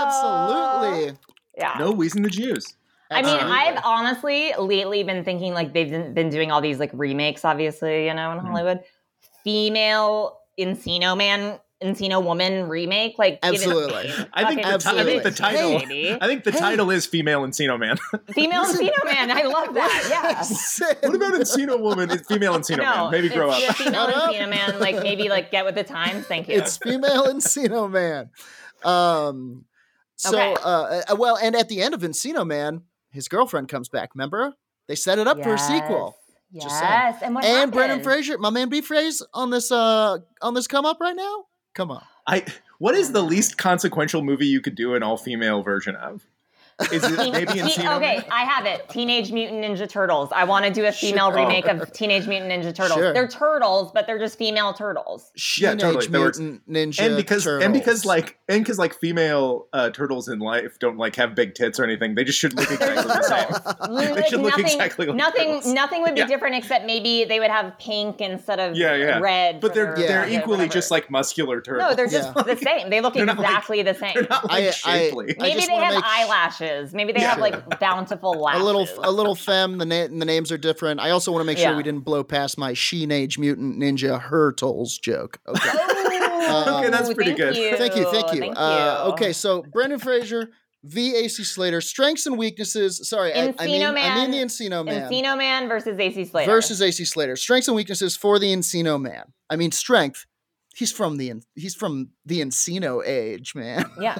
Absolutely. Yeah. No wheezing the Jews. I mean, Absolutely. I've honestly lately been thinking like they've been- been doing all these like remakes, obviously, you know, in Mhm. Hollywood. Female Encino Man, Encino Woman remake, like give it a Absolutely. name. I think Fucking the ti- I think the do it, title- baby. I think the Hey. title is Female Encino Man. female Encino Man. I love that. Yeah. what about Encino Woman? It's female Encino Man. Maybe grow it's up. the Female Shut up. Encino Man, like maybe like get with the times. Thank you. it's female Encino Man. Um, so Okay. uh, uh, well, and at the end of Encino Man, his girlfriend comes back. Remember, they set it up for a sequel. Yes. Just yes. And what and Brendan happened? Fraser, my man, B. Fraser on this uh on this come up right now. Come on, I what is the least consequential movie you could do an all female version of? Is it maybe Teen- Encino? okay, I have it. Teenage Mutant Ninja Turtles. I want to do a female Sure. remake of Teenage Mutant Ninja Turtles. Sure. They're turtles, but they're just female turtles. Yeah, Teenage totally. That works. Mutant Ninja and because and because Turtles. like and because like female uh, turtles in life don't like have big tits or anything. They just should look exactly the same. Like, should look exactly like nothing, turtles. nothing would be Yeah. different except maybe they would have pink instead of Yeah, yeah. red. But for they're their- Yeah. they're their equally whatever. just like muscular turtles. no, they're just Yeah. the same. They look They're not like- exactly the same. They're not like I- I- shapely. I Maybe just they wanna have make- eyelashes. Maybe they Yeah. have like bountiful a lashes. little a little femme. The, na- the names are different. I also want to make sure Yeah. we didn't blow past my teenage mutant ninja hurtles joke. Okay. Oh, Okay, that's pretty thank good. You. Um, thank you, thank you. Uh, okay, so Brendan Fraser, V. A. C. Slater, strengths and weaknesses. Sorry, I, I Encino mean I mean Man. the Encino Man Encino Man versus AC Slater. versus AC Slater. Strengths and weaknesses for the Encino Man. I mean strength. He's from the En- he's from the Encino age, man. Yeah.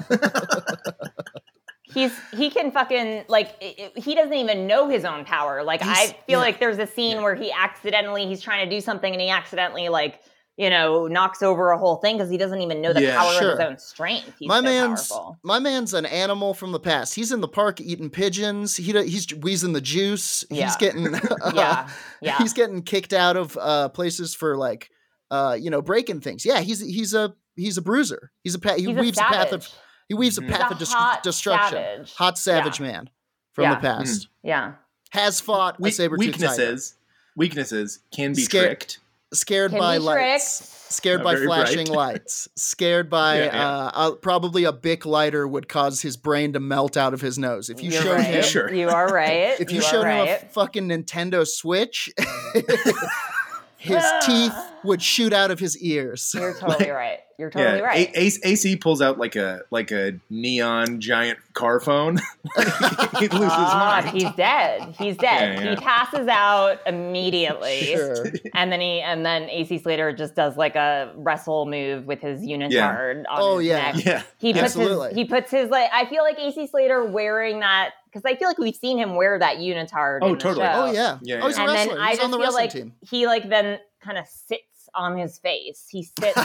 He's he can fucking like i- i- he doesn't even know his own power. Like I He's- feel yeah. like there's a scene where he accidentally he's trying to do something and he accidentally like you know knocks over a whole thing because he doesn't even know the Yeah, power of sure. his own strength. He's my so man's powerful. my man's an animal from the past. He's in the park eating pigeons. He do- he's wheezing the juice. He's Yeah. getting uh, yeah yeah he's getting kicked out of uh, places for like uh, you know breaking things. Yeah, he's he's a he's a bruiser. He's a pa- he He's weaves a, path of savage. he weaves a Mhm. He's path a of dis- hot destruction. savage. Hot savage Yeah. man from Yeah. the past yeah has fought Hmm. We- a saber tooth tiger. weaknesses weaknesses can be Scare- tricked. Scared Can by be lights. tricked. Scared Not by very flashing bright. lights. Scared by Yeah, yeah. Uh, uh, probably a bic lighter would cause his brain to melt out of his nose if you You're showed right. him. Sure. You are right. If you, are showed him right. a fucking Nintendo Switch, his teeth would shoot out of his ears. You're totally right. You're totally yeah, right. A- Ace- AC pulls out like a like a neon giant car phone. he loses his God, mind. he's dead. He's dead. Yeah, yeah. He passes out immediately. Sure. And then he and then AC Slater just does like a wrestle move with his unitard on Oh, his yeah. neck. Yeah, He puts Absolutely. his he puts his like I feel like AC Slater wearing that because I feel like we've seen him wear that unitard. Oh, in the totally. show. Oh yeah. Yeah, Oh, he's And a then wrestler. I He's just on the feel wrestling like team. he like then kind of sits on his face. He sits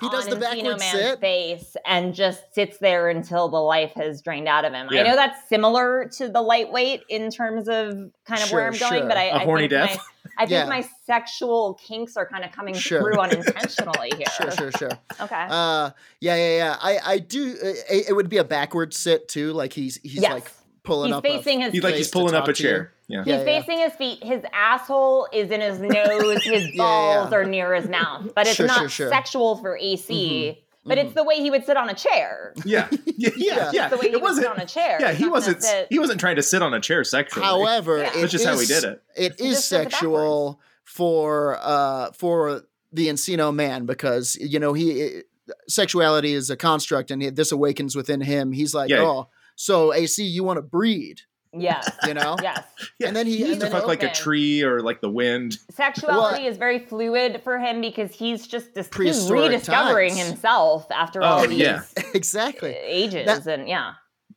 he does on the Encino backward Man's sit. face and just sits there until the life has drained out of him. Yeah. I know that's similar to the lightweight in terms of kind of where I'm Sure, going, sure. but I, A I horny think death. My, I think Yeah. my sexual kinks are kind of coming Sure. through unintentionally here. Sure, sure, sure. Okay. Uh, yeah, yeah, yeah. I, I do. uh, It, it would be a backward sit too. Like he's, he's Yes. like pulling he's up. facing his he's like he's Place to pulling up talk a to you. chair. Yeah. He's yeah. facing his feet. His asshole is in his nose. His yeah, balls yeah. are near his mouth. But it's Sure, not sure, sure. Mm-hmm. sexual for AC. But it's the way he would sit on a chair. Yeah, yeah, yeah. Yeah. yeah. The way he It would sit wasn't. on a chair. Yeah, He's he not gonna wasn't. sit- He wasn't trying to sit on a chair sexually. However, Yeah. it That's just how he is- did it. It He is just does it backwards. sexual for uh for the Encino Man because you know he sexuality is a construct and this awakens within him. He's like, Yeah. oh, so AC, you want to breed, Yes. you know? Yes. Yeah, And then he- he used and to then fuck like a open. tree or like the wind. sexuality is very fluid for him because he's just dis- he's Prehistoric rediscovering times. himself after Oh, all these yeah. exactly. ages That- and yeah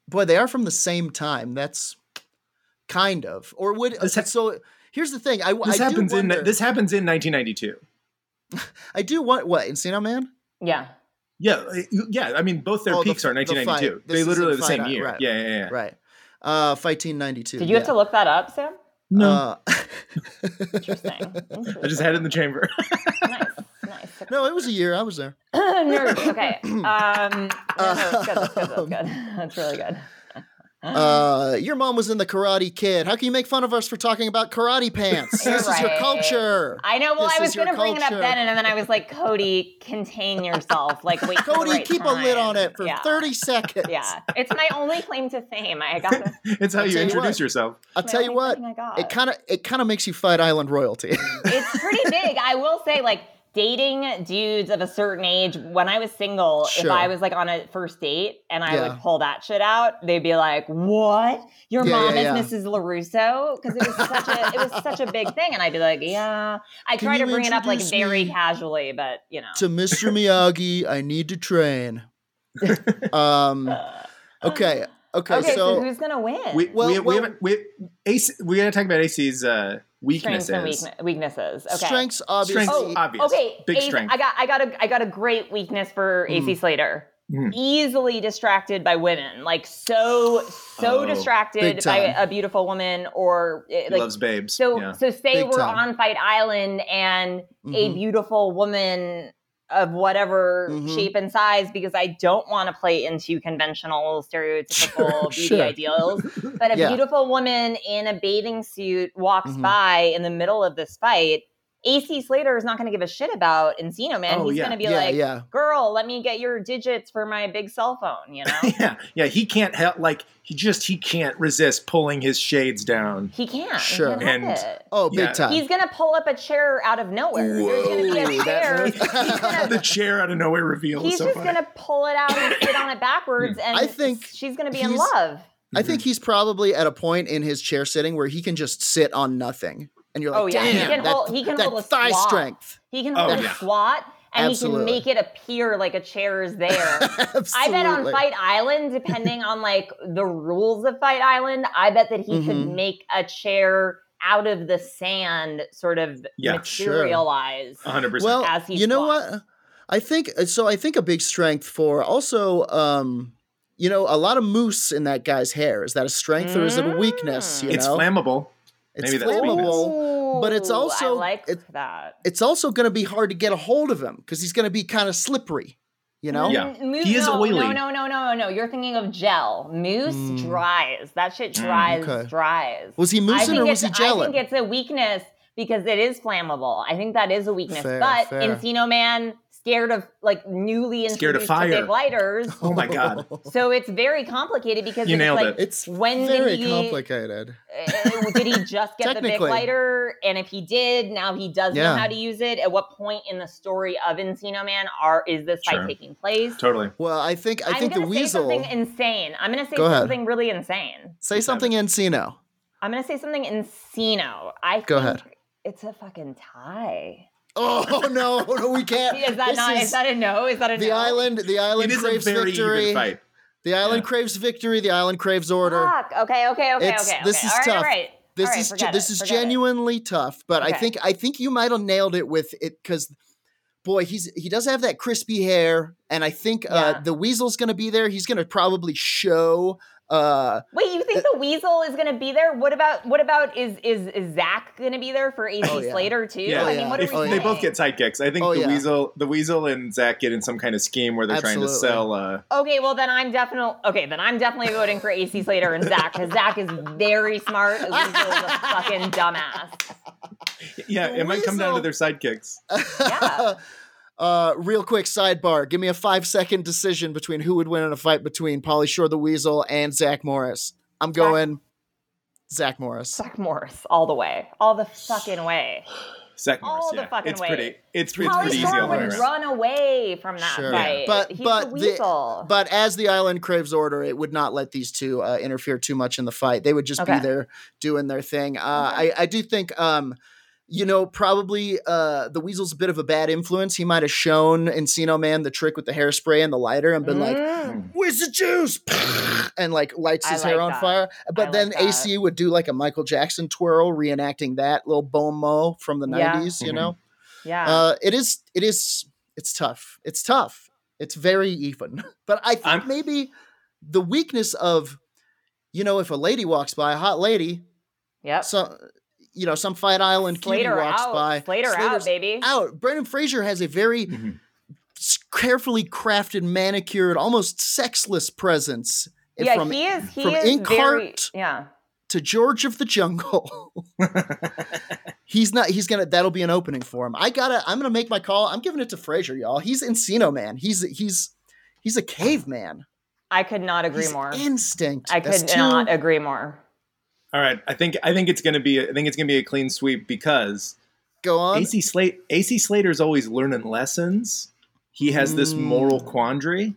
boy, they are from the same time. That's kind of or would This ha- so. Here's the thing. I, This I happens do wonder, in this happens in 1992. I do want what Encino Man. yeah Yeah, uh, yeah. I mean, both their Oh, the peaks f- are the fight. 1992. This they is literally in the same fight, year. right. Yeah, yeah, yeah. Right. Uh, fighting Uh, '92. did you have to look that up sam No. interesting, interesting. I just had it in the chamber. nice nice no, oh, it was a year. I was there. Nerds. okay um no, no, that's good, that's good, that's good. Um, That's really good Uh, your mom was in the Karate Kid. How can you make fun of us for talking about karate pants? You're this is your right. culture. i know well This i was is your gonna bring it up culture. then and then i was like cody contain yourself like wait for the Cody, right keep a lid time. on it for yeah. 30 seconds. yeah it's my only claim to fame i got it. it's how I'll you tell you introduce what. yourself. I'll my tell you only what. thing I got. It kind of it kind of makes you fight Island royalty. it's pretty big. I will say, like dating dudes of a certain age. When I was single, Sure. if I was like on a first date and I Yeah. would pull that shit out, they'd be like, "What? Your Yeah, mom yeah, is Mrs. Larusso?" Because it was such a it was such a big thing, and I'd be like, "Yeah." I Can try to you bring it up like introduce very me casually, but you know, to Mr. Miyagi, I need to train. Um, okay, okay, okay. So, so, who's gonna win? We Well, we, we well- haven't we AC, we're gonna talk about AC's uh, weaknesses. Strengths and weakne- weaknesses. Okay. strengths obviously. Strengths, Oh, obvious. Okay, Big Ace- strength. I got, I got a, I got a great weakness for AC Slater. Hmm. easily distracted by women, like so so Oh, big distracted by time. a beautiful woman or eh, He like loves babes. so yeah. so say Big we're time. on Fight Island and a Mhm. beautiful woman of whatever Mhm. shape and size because I don't want to play into conventional stereotypical Sure, beauty sure. ideals. But a Yeah. beautiful woman in a bathing suit walks Mhm. by in the middle of this fight. AC Slater is not going to give a shit about Encino Man. Oh, He's yeah, going to be yeah, like, yeah. "Girl, let me get your digits for my big cell phone," you know? yeah, yeah, he can't help. Like he just he can't resist pulling his shades down. he can't. He Sure. can't help And- it. Oh, big Yeah. time. He's gonna pull up a chair out of nowhere. There's gonna be Whoa, a chair. that- He's gonna- the chair out of nowhere reveal He's is so just funny. gonna pull it out and sit on it backwards, and Hmm. I think she's gonna be in he's- love. I think he's probably at a point in his chair sitting where he can just sit on nothing. And you're like, Oh, yeah. He damn, can that, hold- he can that hold a thigh squat. strength. He can Oh, hold yeah. a squat, and Absolutely. he can make it appear like a chair is there. I bet on Absolutely. Fight Island, depending on like the rules of Fight Island, I bet that he could Mhm. make a chair out of the sand, sort of Yeah, sure. materialize. 100%. Well, as he you know squats. what? I think uh, so. I think a big strength for also, um, you know, a lot of moose in that guy's hair. Is that a strength or is it a weakness? You it's know, flammable. it's Maybe that's what it is. flammable. but it's Ooh, also- I like it- that. It's also going to be hard to get a hold of him because he's going to be kind of slippery. You know, Yeah. Mm, Moose, He is no, oily. No, no, no, no, no. You're thinking of gel. Moose dries. That Mm, shit dries, Mm. okay. dries. was he I moosing think or was he it's- I gelling? think it's a weakness because it is flammable. I think that is a weakness. Fair, but fair. Encino Man, scared of like newly introduced Scared of to fire. big lighters. Oh my god. So it's very complicated because You it's nailed like, it. It's When did very he- complicated. uh, did he just get the big Technically. lighter? And if he did, now he does Yeah. know how to use it. At what point in the story of Encino Man are is this fight Sure. taking place? Totally. Well, I think I I'm think the gonna say weasel. something insane. I'm gonna say Go ahead. something really insane. Say something Encino. I'm gonna say something insano. I Go think ahead. It's a fucking tie. Oh no, no, we can't. Is that This not? Is, is- that a no? Is that a the no? island? The It island is a craves very victory. even fight. The island Yeah. craves victory. The island craves order. Fuck. Okay. Okay. Okay. It's- okay. this okay. is All right, tough. All right. This All right, is ge- forget this it, is forget it. genuinely tough, but I Okay. think I think you might have nailed it with it because, boy, he's he does have that crispy hair, and I think uh, Yeah. the weasel's gonna be there. He's gonna probably show. Uh, Wait, you think the weasel is gonna be there? What about what about is is, is Zach gonna be there for AC Oh, yeah. Slater too? Yeah. I mean, what are If we they saying? both get sidekicks, I think Oh, the yeah. weasel, the weasel and Zach get in some kind of scheme where they're trying to Absolutely. sell. Uh, Okay, well then I'm definitely okay. Then I'm definitely voting for AC Slater and Zach because Zach is very smart. The Weasel is a fucking dumbass. yeah, The it might come down to weasel- their sidekicks. Yeah. uh, real quick sidebar. Give me a five second decision between who would win in a fight between Polly Shore the Weasel and Zach Morris. I'm going Zach Morris. Zach Morris, all the way, all the fucking way. Zach All Morris, the yeah. fucking it's way. pretty. It's, it's Polly pretty easy Shore all the way would around. run away from that Sure. fight. But He's but the the, weasel. but as the island craves order, it would not let these two uh, interfere too much in the fight. They would just be Okay. there doing their thing. Uh, I I do think um you know probably uh the weasel's a bit of a bad influence. He might have shown Encino Man the trick with the hairspray and the lighter and been like, hmm. Mm. "Where's the juice?" and like lights I his hair like on that. fire. But like then that. AC would do like a Michael Jackson twirl, reenacting that little bone mo from the Yeah. nineties. You Mhm. know. yeah. Uh, it is. It is. It's tough. It's tough. It's very even. But I think I'm- maybe the weakness of, you know, if a lady walks by, a hot lady, yep. so you know, some Fight Island cutie Slater walks out. by. Slater out, Slater's baby. out. Brendan Fraser has a very Mhm. s- carefully crafted, manicured, almost sexless presence. eh, yeah, from he is. He from is very. Inkheart- Yeah. to George of the Jungle. he's not. He's gonna. That'll be an opening for him. I gotta. I'm gonna make my call. I'm giving it to Frazier, y'all. He's Encino man. He's he's he's a caveman. I could not agree He's more. Instinct. I That's could too- not agree more. All right, I think I think it's gonna be I think it's gonna be a clean sweep because go on. AC Slate AC Slater's always learning lessons. He has this Mm. moral quandary.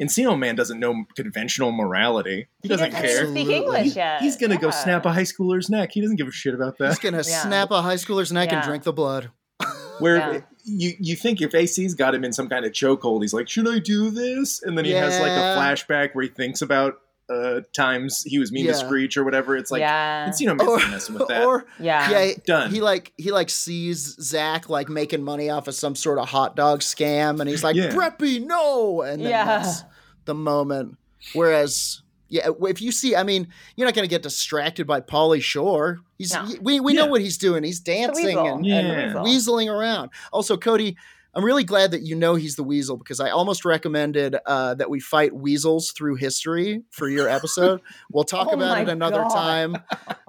Encino Man doesn't know conventional morality. He, doesn't doesn't care. even speak Absolutely. English He- yet. he's gonna go Yeah. snap a high schooler's neck. He doesn't give a shit about He's that. gonna Yeah. snap a high schooler's neck and Yeah. drink the blood. Where Yeah. you you think if AC's got him in some kind of chokehold, he's like, should I do this? And then he has like a Yeah. flashback where he thinks about uh, times he was mean to Yeah. Screech or whatever. It's like yeah. it's you know Or- messing with that. Or yeah. yeah, Done. he like he like sees Zach like making money off of some sort of hot dog scam, and he's like, Yeah. "Preppy, no!" And then Yeah. that's the moment. Whereas, yeah, if you see, I mean, you're not going to get distracted by Polly Shore. He's No. we we Yeah. know what he's doing. He's The dancing weasel. and Yeah. And the weasel. weaseling around. Also, Cody, I'm really glad that you know he's the weasel because I almost recommended uh, that we fight weasels through history for your episode. We'll talk Oh about my it another God. time.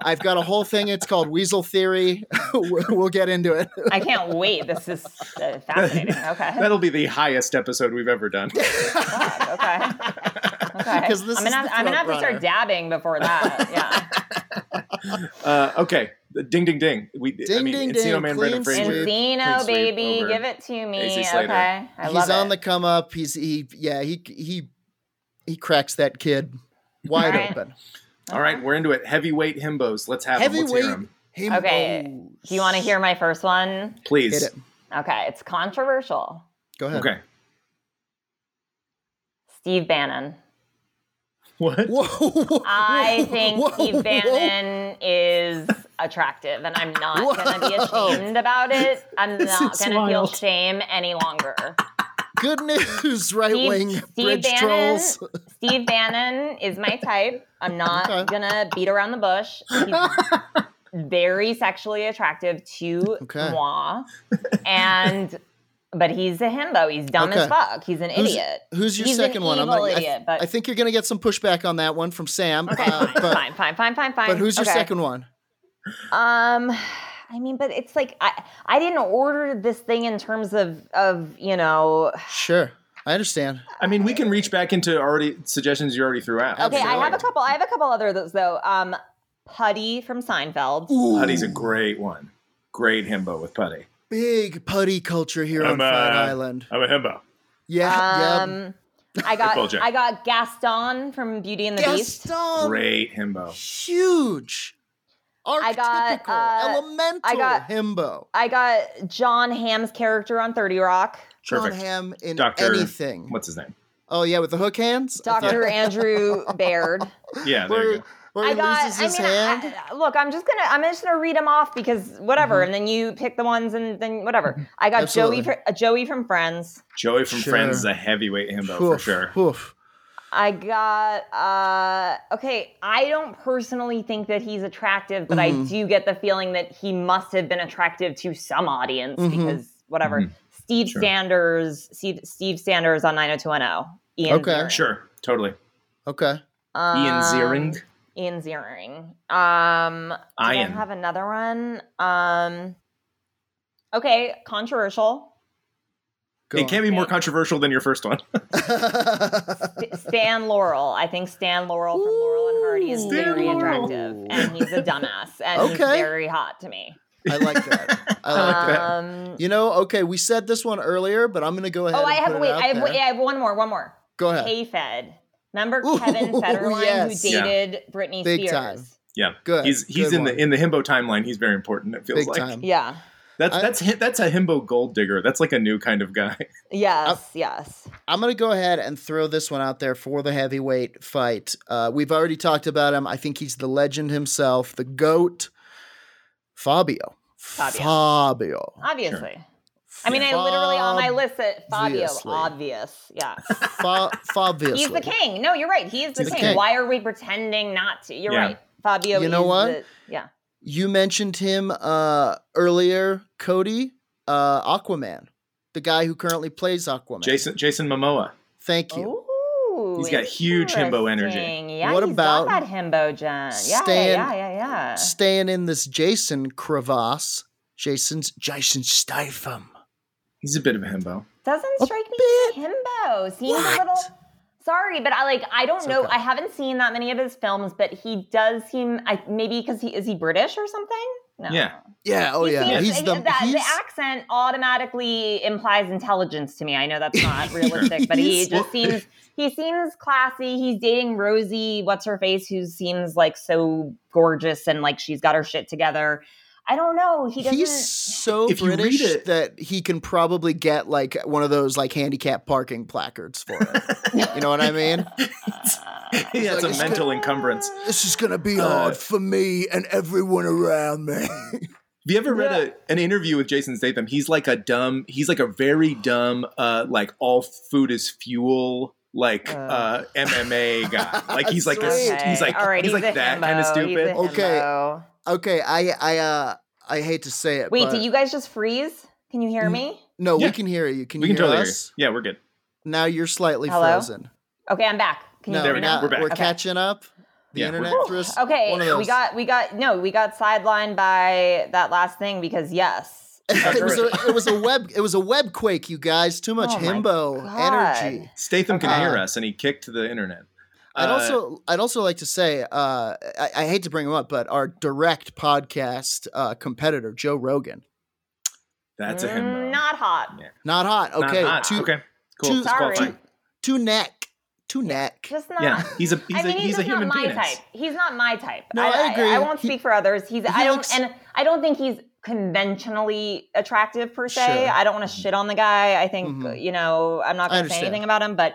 I've got a whole thing. It's called Weasel Theory. we'll we'll get into it. I can't wait. This is uh, fascinating. Okay. That'll be the highest episode we've ever done. God, okay. Okay. 'Cause this I'm is gonna, have, the I'm gonna have to front start runner. dabbing before that. Yeah. Uh, okay, ding ding ding. We I Ding, mean, ding, Encino Man, ding. Clean Brendan Fraser. sweep. Encino, Clean sweep baby, over give it to me. AC Okay. Slater. I love he's on it. the come up. He's he yeah he he he cracks that kid wide Alright. open. All right, we're into it. Heavyweight himbos. Let's have them. Let's hear Heavyweight 'em. Him- Okay. oh, Do you want to hear my first one? please. Hit it. Okay. It's controversial. Go ahead. Okay. Steve Bannon. What? Whoa, whoa, I think whoa, whoa. Steve Bannon is attractive, and I'm not gonna be Whoa. ashamed about it. I'm not is gonna feel wild. shame any longer. Good news, right wing bridge trolls. Steve Bannon is my type. I'm not Okay. gonna beat around the bush. He's very sexually attractive to Okay. moi, and but he's a himbo. He's dumb as Okay. fuck. He's an Who's- idiot. Who's your He's an second one? evil I- idiot, but- I think you're going to get some pushback on that one from Sam. Okay, uh, fine, but, fine, fine, fine, fine, fine. but who's your Okay. second one? Um, I mean, but it's like I I didn't order this thing in terms of of you know. Sure, I understand. I mean, we can reach back into already suggestions you already threw out. Okay, I have a Absolutely. couple. I have a couple other of those though. Um, Putty from Seinfeld. Putty's a great one. Great himbo with Putty. Big putty culture here on I'm, uh, Fat Island. I'm a himbo. Yeah, yeah. Um, I got Applejack. I got Gaston from Beauty and the Beast. Gaston, Great himbo. huge, I archetypical, got, uh, elemental I got- himbo. I got John Hamm's character on Thirty Rock. John Perfect. Hamm in Dr. anything. What's his name? Oh yeah, with the hook hands. I Dr. thought- Andrew Baird. Yeah, there you Where, go. where he I got. loses I his mean, hand. Mm-hmm. I, I- look, I'm just gonna. I'm just gonna read them off because whatever, and then you pick the ones, and then whatever. I got Absolutely. Joey. Fr- uh, Joey from Friends. Joey from Sure. Friends is a heavyweight himbo for Woof, sure. woof. I got. uh Okay, I don't personally think that he's attractive, but I do get the feeling that he must have been attractive to some audience because whatever. Steve Mm-hmm. Sure. Sanders. Steve, Steve Sanders on 90210. Ian Okay. Ziering. Sure, totally. Okay. Ian Um, Ziering. Ian Ziering. Um, I Ian. have another one. Um, okay, controversial. Go it can't be more controversial than your first one. St- Stan Laurel. I think Stan Laurel from Laurel and Hardy is Ooh. Stan very Laurel. attractive, and he's a dumbass, and he's Okay. very hot to me. I like that. I like that. Um, You know, okay, we said this one earlier, but I'm gonna go ahead. oh, I and have put it wait. out I have there. wait, I have one more. One more. Go ahead. K Fed. Remember Ooh, Kevin Federline yes. who Yeah. dated Britney Big Spears? time. yeah, Good, He's he's good in one. the in the himbo timeline. He's very important. It feels Big like time. Yeah. that's I- that's hi- that's a himbo gold digger. That's like a new kind of guy. Yes. yes. I'm gonna go ahead and throw this one out there for the heavyweight fight. Uh, we've already talked about him. I think he's the legend himself, the goat, Fabio. Fabio. Fabio. Obviously. I mean, I literally on my list that Fabio, Obviously. obvious. Yeah. Fa- Fabio. He's the king. No, you're right. He is the, He's the king. king. Why are we pretending not to? You're Yeah. right. Fabio You know is what? the- yeah. You mentioned him uh, earlier, Cody, uh, Aquaman, the guy who currently plays Aquaman. Jason Jason Momoa. Thank Oh, you. Ooh, He's got huge himbo energy. interesting. Yeah, What he's about got that himbo gen? Yeah, Stan- yeah, yeah, yeah. Staying in this Jason crevasse, Jason's Jason Statham. He's a bit of a himbo. Doesn't a strike me as bit- himbo. Seems What? a little. Sorry, but I like I don't know. I haven't seen that many of his films, but he does seem. I maybe because he is he British or something. No. Yeah. Yeah, oh He yeah. seems- He's the that- the, he's- accent automatically implies intelligence to me. I know that's not realistic, but he He's- just seems he seems classy. He's dating Rosie, what's her face, who seems like so gorgeous and like she's got her shit together. I don't know. He doesn't. He's so If you read British it- that he can probably get like one of those like handicap parking placards for it. you know what I mean? he has a mental encumbrance. Uh, This is gonna be hard for me and everyone around me. Have you ever read a, an interview with Jason Statham? He's like a dumb. He's like a very dumb. Uh, like all food is fuel. Like uh, MMA guy. Like he's like a, Sweet. he's like All right, he's, like a that himbo. kind of He's stupid. a Okay. himbo. okay, I I uh I hate to say it. Wait, but- Mm. did you guys just freeze? Can you hear me? No, Yeah. we can hear you. Can we you can totally hear hear. you. us? Yeah, we're good. Now you're slightly Hello? frozen. Okay, I'm back. Can you No, There hear we me go. now now? We're back. We're Okay. catching up. The Yeah, we're internet back. threw us one of Okay, we those. got we got no, we got sidelined by that last thing because yes. it was a it was a web it was a web quake, you guys. Too much Oh my himbo God. energy. Statham Okay. can hear us, and he kicked the internet. I'd Uh, also I'd also like to say uh, I, I hate to bring him up, but our direct podcast uh, competitor Joe Rogan, that's a him. Mm, Not hot. not hot. Okay, hot. two okay, cool. two- It's Sorry. qualifying. two neck, two neck. Just not. Yeah, he's a he's I mean, a he's, he's, a just human not my penis. type. He's not my type. No, I agree. I, won't He- speak for others. He's. he I don't. looks- and I don't think he's conventionally attractive per se. Sure. I don't want to Mm-hmm. shit on the guy. I think Mhm. you know. I'm not I going to say understand. anything about him, but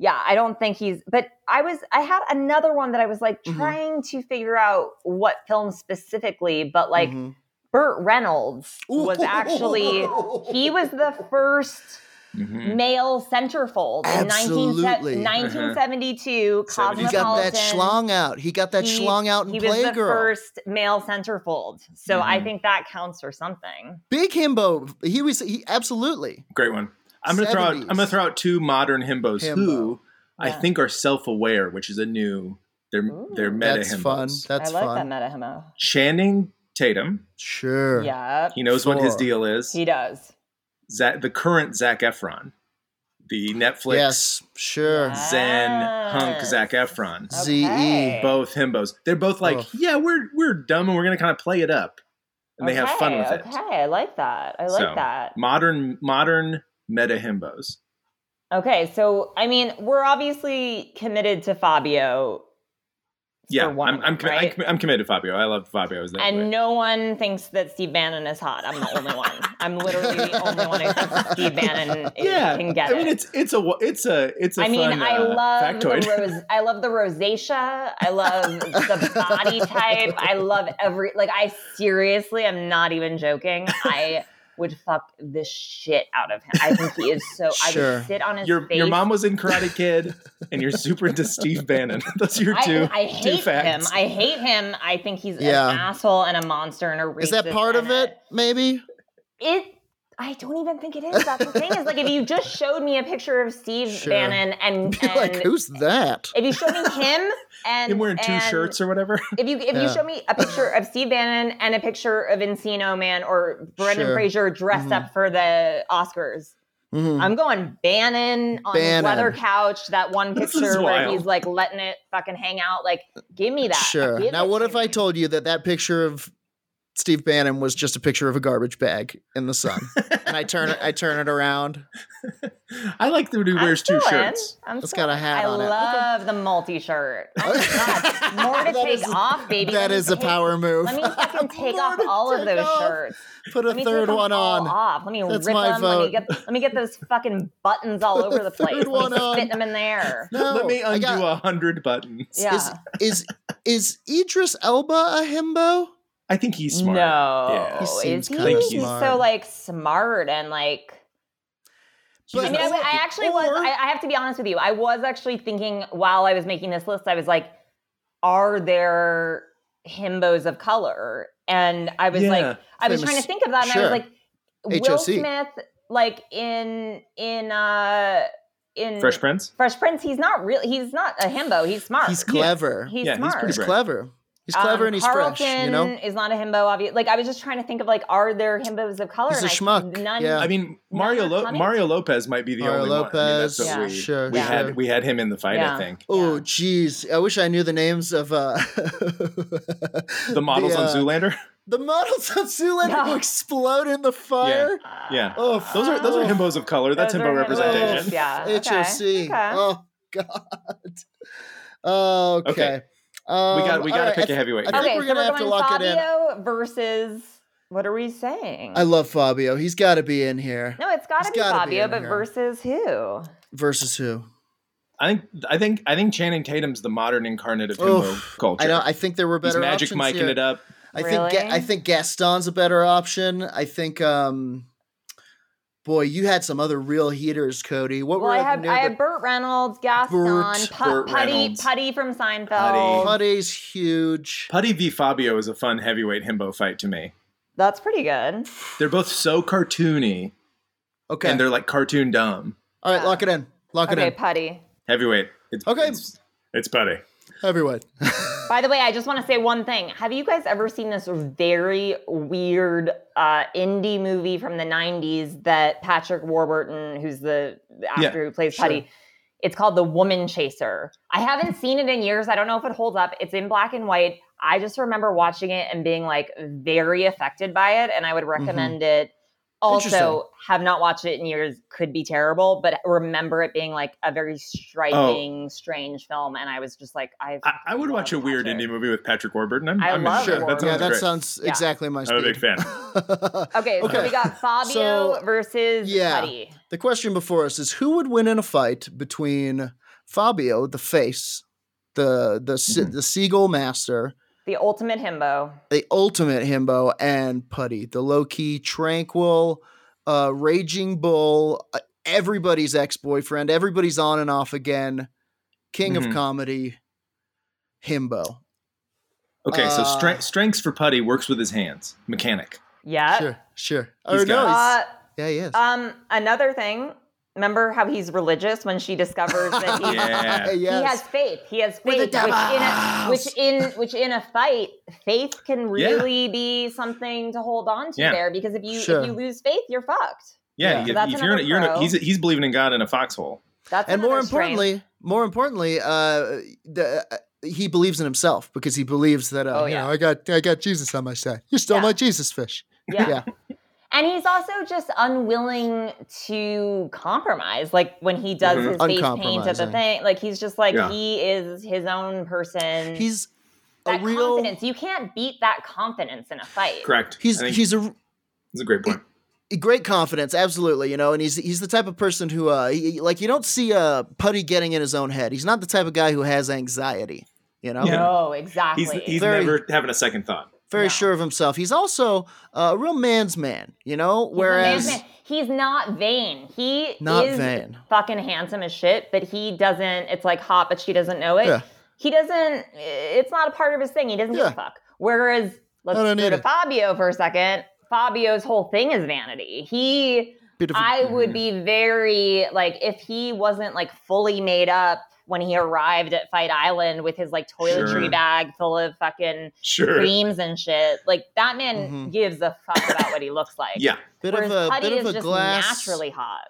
yeah, I don't think he's. But I was. I had another one that I was like Mhm. trying to figure out what film specifically, but like Mhm. Burt Reynolds was actually. He was the first Mm-hmm. Mhm. male centerfold Absolutely. in 19, 1972 Seventy- he got that Cosmopolitan. schlong out. He got that He- schlong out in He was the Playgirl. first male centerfold, so I Mhm. think that counts for something. Big himbo. He was he absolutely. Great one. I'm gonna throw out I'm 70s. gonna throw out two modern himbos who I Yeah. think are self aware, which is a new they're they're meta That's himbos. fun. That's I like fun. that meta homo. Channing Tatum, Sure. Yeah, he knows what his Sure. deal is. he does. Zac- the current Zach Efron, the Netflix Yes. Sure. Yeah. Zen hunk Yes. Zach Efron. Okay. Z E. Ah. Okay. Both himbos. They're both like, Oof. yeah, we're we're dumb and we're gonna kind of play it up, and they have fun with okay, it. Okay, I like that. I like So, that. Modern modern meta himbos. Okay, so I mean, we're obviously committed to Fabio, Yeah, one I'm of I'm, them, com- I'm right? com- I'm committed to Fabio. I love Fabio. as that way. and no one thinks that Steve Bannon is hot. I'm the only one. I'm literally the only one who thinks that Steve Bannon is, yeah, can get I mean, it. it's it's a it's a it's a I mean, fun, I uh, love factoid. the rose. I love the rosacea. I love the body type. I love every. Like, I seriously, I'm not even joking. I would fuck the shit out of him. I think he is so. I Sure. would sit on his your face. your mom was in Karate Kid, and you're super into Steve Bannon. Those are your I, two I two hate him. facts. I hate him. I think he's Yeah. an asshole and a monster and a racist. Is that part of and a- it? Maybe. It. I don't even think it is. That's the thing. Is like if you just showed me a picture of Steve Sure. Bannon and, Be and like, who's that? if you showed me him and him wearing two and- shirts or whatever. If you if Yeah. you show me a picture of Steve Bannon and a picture of Encino Man or Brendan Sure. Mm-hmm. Fraser dressed up for the Oscars, Mhm. I'm going Bannon on his Bannon. leather couch. That one This is picture where wild. he's like letting it fucking hang out. Like, give me that. Sure. Give Now, it what to if I me. told you that that picture of Steve Bannon was just a picture of a garbage bag in the sun, and I turn it, I turn it around. I like that he I'm wears two still in. shirts. I'm It's still got a in. hat I on it. Okay. love the multi shirt. Oh my God. More to That take is- off, baby. that Let me is a take- power move. Let me fucking take More off to all of take those off. shirts. Put a Let me take third them one all on. Off. Let me That's rip my them. Let me vote. get let me get those fucking buttons all over the place. Let Third one me on. fit them in there. No, Let me I undo got- a hundred buttons. Yeah. Is is Idris Elba a himbo? I think he's smart. No. Yeah. He seems Is he? kinda He's smart. so like smart and like He's I an mean, I, old- w- I actually was. I, I have to be honest with you. I was actually thinking while I was making this list, I was like, "Are there himbos of color?" And I was Yeah. like, I was trying Famous- to think of that, and I sure. was like, Will HOC. Smith, like in in uh in Fresh Prince. Fresh Prince, he's not real. He's not a himbo. He's smart. He's clever. He's Yeah, he's smart. pretty He's bright. clever. He's clever Um, and he's fresh. You Carlton know. is not a himbo. Obviously, like I was just trying to think of like, are there himbos of color? He's a And I- schmuck, None. yeah. I mean, Mario Not Lo- funny. Mario Lopez might be the Mario only one. I mean, that's Lopez. what Yeah. we, Sure, we sure. had we had him in the fight. Yeah. I think Oh, Yeah. jeez. I wish I knew the names of uh, the models uh, on Zoolander. The models of Zoolander Yeah. who explode in the fire. Yeah, Oh, those are those are fuck. himbos of color. That's Those himbo are himbos. representation. Yeah. okay, HOC. okay. Oh God. Oh, Okay. Okay. Um, we got we all got to right, I pick a th- heavyweight. I here. think okay, we're so gonna have to going lock it in. Fabio versus what are we saying? I love Fabio. He's got to be in here. no, it's got to He's be gotta be Fabio, in but here. versus who? Versus who? I think I think I think Channing Tatum's the modern incarnate of Oof. himbo culture. I don't. I think there were He's better. magic options miking here. it up. I think Ga- I Really? think Gaston's a better option. I think. um Boy, you had some other real heaters, Cody. What Well, were I like have new- I have Burt Reynolds, Gaston, Burt- Pu- Burt Putty, Reynolds. Putty from Seinfeld. Putty. Putty's huge. Putty v Fabio is a fun heavyweight himbo fight to me. That's pretty good. They're both so cartoony Okay. and they're like cartoon dumb. All right, lock it in. Lock it Okay, in. Putty. Heavyweight. It's Okay. It's, it's Putty. Everyone. By the way, I just want to say one thing. Have you guys ever seen this very weird uh, indie movie from the 90s that Patrick Warburton, who's the the actor Yeah, who plays sure. Putty, it's called The Woman Chaser. I haven't seen it in years. I don't know if it holds up. It's in black and white. I just remember watching it and being like very affected by it, and I would recommend it. Mm-hmm. Interesting. Also, have not watched it in years, could be terrible, but remember it being like a Oh. very striking, strange film. And I was just like, I've I, I would watch a loved weird Patrick. indie movie with Patrick Warburton. I'm, I am love sure. That Warburton. sounds yeah, that great. sounds Yeah. exactly my speed. I'm a big fan. Okay, so Okay. we got Fabio So- versus Yeah. Putty. the question before us is who would win in a fight between Fabio, the face, the the se- Mm-hmm. the seagull master, The ultimate himbo. the ultimate himbo, and Putty, the low key, tranquil, uh, raging bull, uh, everybody's ex boyfriend, everybody's on and off again, king Mhm. of comedy, himbo. Okay, so Uh, stre- strengths for Putty works with his hands. Mechanic. Uh, Yeah. Sure, sure. He's oh no, got- he's- Uh, yeah, he is. um, another thing. Remember how he's religious when she discovers that he, Yeah. he Yes. has faith. He has We're the faith, which in a, which in which in a fight, faith can Yeah. really be something to hold on to Yeah. there. Because if you Sure. if you lose faith, you're fucked. Yeah, Yeah. you- That's if you're in a, another you're in a, pro. he's he's believing in God in a foxhole. That's and more another strength. importantly, more importantly, uh, the, uh, he believes in himself because he believes that uh, Oh, you yeah. know, I got I got Jesus on my side. You stole Yeah. my Jesus fish. Yeah. Yeah. And he's also just unwilling to compromise. Like when he does Mhm. his face paint at the Mm-hmm. Uncompromising. thing, like he's just like Yeah. he is his own person. He's that a real confidence. You can't beat that confidence in a fight. Correct. he's I think he's a that's a great point. great confidence, absolutely, you know, and he's he's the type of person who uh he- like you don't see uh Putty getting in his own head. He's not the type of guy who has anxiety, you know. Yeah. No, Oh, exactly. He's he's Very- never having a second thought. Very No. sure of himself. He's also uh, a real man's man, you know, He's a man's whereas man. he's not vain. He Not is vain. fucking handsome as shit, but he doesn't. It's like hot, but she doesn't know it. Yeah. He doesn't. It's not a part of his thing. He doesn't give Yeah. a fuck. Whereas, let's I go don't need to it. Fabio for a second. Fabio's whole thing is vanity. He, bit of a- I would be very like if he wasn't like fully made up when he arrived at Fight Island with his like toiletry Sure. bag full of fucking Sure. creams and shit. Like that man Mhm. gives a fuck about what he looks like. Yeah. bit Whereas of a Putty bit of is a just glass naturally hot.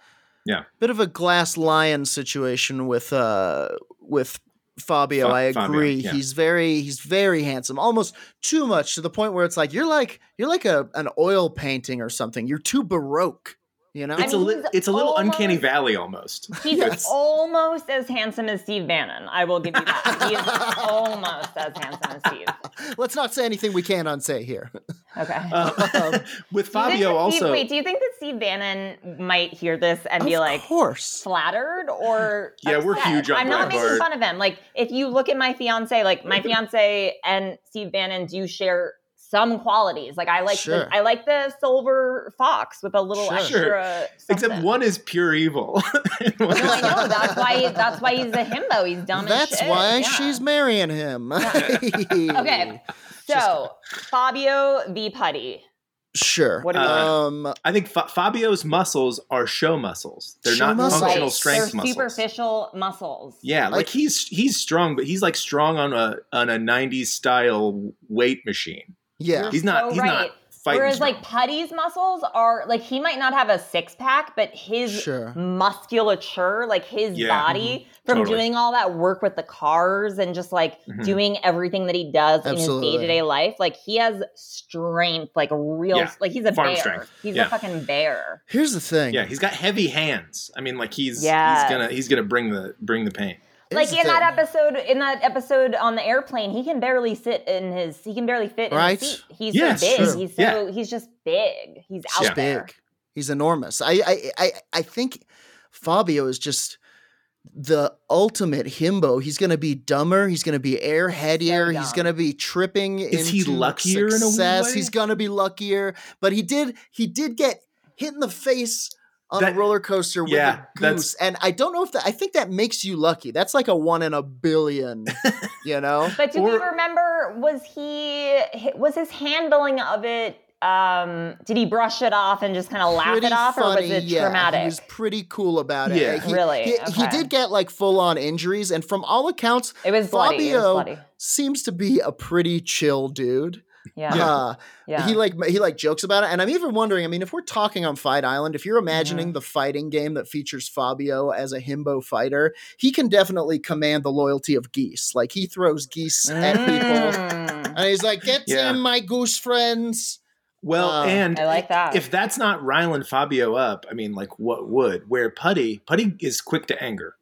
bit of a glass lion situation with uh with Fabio. Fa- I Fabio, agree. yeah. He's very he's very handsome, almost too much to the point where it's like you're like you're like a an oil painting or something. You're too baroque, you know. It's mean, a li- he's it's a little uncanny almost- valley almost. He's almost as handsome as Steve Bannon. I will give you that. He is almost as handsome as Steve. Let's not say anything we can't unsay here. Okay. Um, with Do you think that Fabio Steve, also. Wait, do you think that Steve Bannon might hear this and be of like course. flattered or? Yeah, we're upset? huge on I'm Brad not making Bird. fun of him. Like, if you look at my fiance, like my fiance and Steve Bannon do share some qualities. Like, I like Sure. the, I like the silver fox with a little Sure. extra. Except something. one is pure evil. And one No, I is- know. That's why. That's why he's a himbo. He's dumb. as That's shit. why Yeah. she's marrying him. Okay. So Fabio v Putty. Sure. What do you um Uh, I think Fa- Fabio's muscles are show muscles. They're Show not muscles. functional Right. strength They're muscles. superficial muscles. Yeah, like, Like- he's he's strong, but he's like strong on a on a '90s style weight machine. yeah. He's not. So he's right. not fighting. Whereas strong. like Putty's muscles are like he might not have a six pack, but his Sure. musculature, like his Yeah. mm-hmm. body from Totally. doing all that work with the cars and just like Mhm. doing everything that he does in Absolutely. his day-to-day life, like he has strength, like real Yeah. like he's a Farm bear. strength. He's Yeah. a fucking bear. Here's the thing. yeah, he's got heavy hands. I mean, like he's Yeah. he's gonna he's gonna bring the bring the pain. like Here's the in that thing. episode, in that episode on the airplane, he can barely sit in his. He can barely fit Right? in his seat. He's Yeah, so big. sure. He's so. Yeah. He's just big. He's out He's there. big. He's enormous. I, I I I think Fabio is just the ultimate himbo. He's gonna be dumber. He's gonna be airheadier. he's dumb. gonna be tripping. Is he into luckier in a wee success. way? He's gonna be luckier. But he did he did get hit in the face on That- a roller coaster with yeah, a that's- goose. And I don't know if that I think that makes you lucky. That's like a one in a billion, you know? But do we Or- remember? Was he? hi- Was his handling of it? Um, did he brush it off and just kind of laugh it off, or was it yeah. traumatic? He was pretty cool about it. Yeah. Like, he- Really? He, he Okay. did get like full on injuries, and from all accounts, it was bloody. It was Fabio- bloody. seems to be a pretty chill dude. Yeah. Yeah. Uh, He like he like jokes about it, and I'm even wondering. I mean, if we're talking on Fight Island, if you're Mm-hmm. imagining the fighting game that features Fabio as a himbo fighter, he can definitely command the loyalty of geese. Like he throws geese at people, Mm, and he's like, "Get Yeah. him, my goose friends." Well, Uh, and I like that. if that's not riling Fabio up, I mean, like what would? Where Putty, Putty is quick to anger.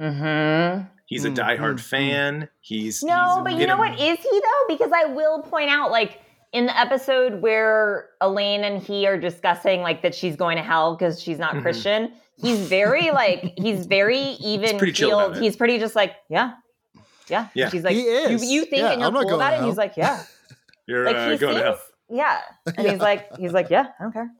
mm-hmm. He's a Mm, diehard mm, fan. He's No, he's but you in know a- what is he though? Because I will point out, like in the episode where Elaine and he are discussing like that she's going to hell because she's not Mhm. Christian. He's very like he's very even pretty chill about keeled. it. He's pretty just like yeah. Yeah. Yeah. She's like, He is. You, you think Yeah, and you're I'm not cool going about to it? And he's hell. like, yeah. You're Like uh, he going to hell. seems, yeah. And he's like, he's like, yeah, I don't care.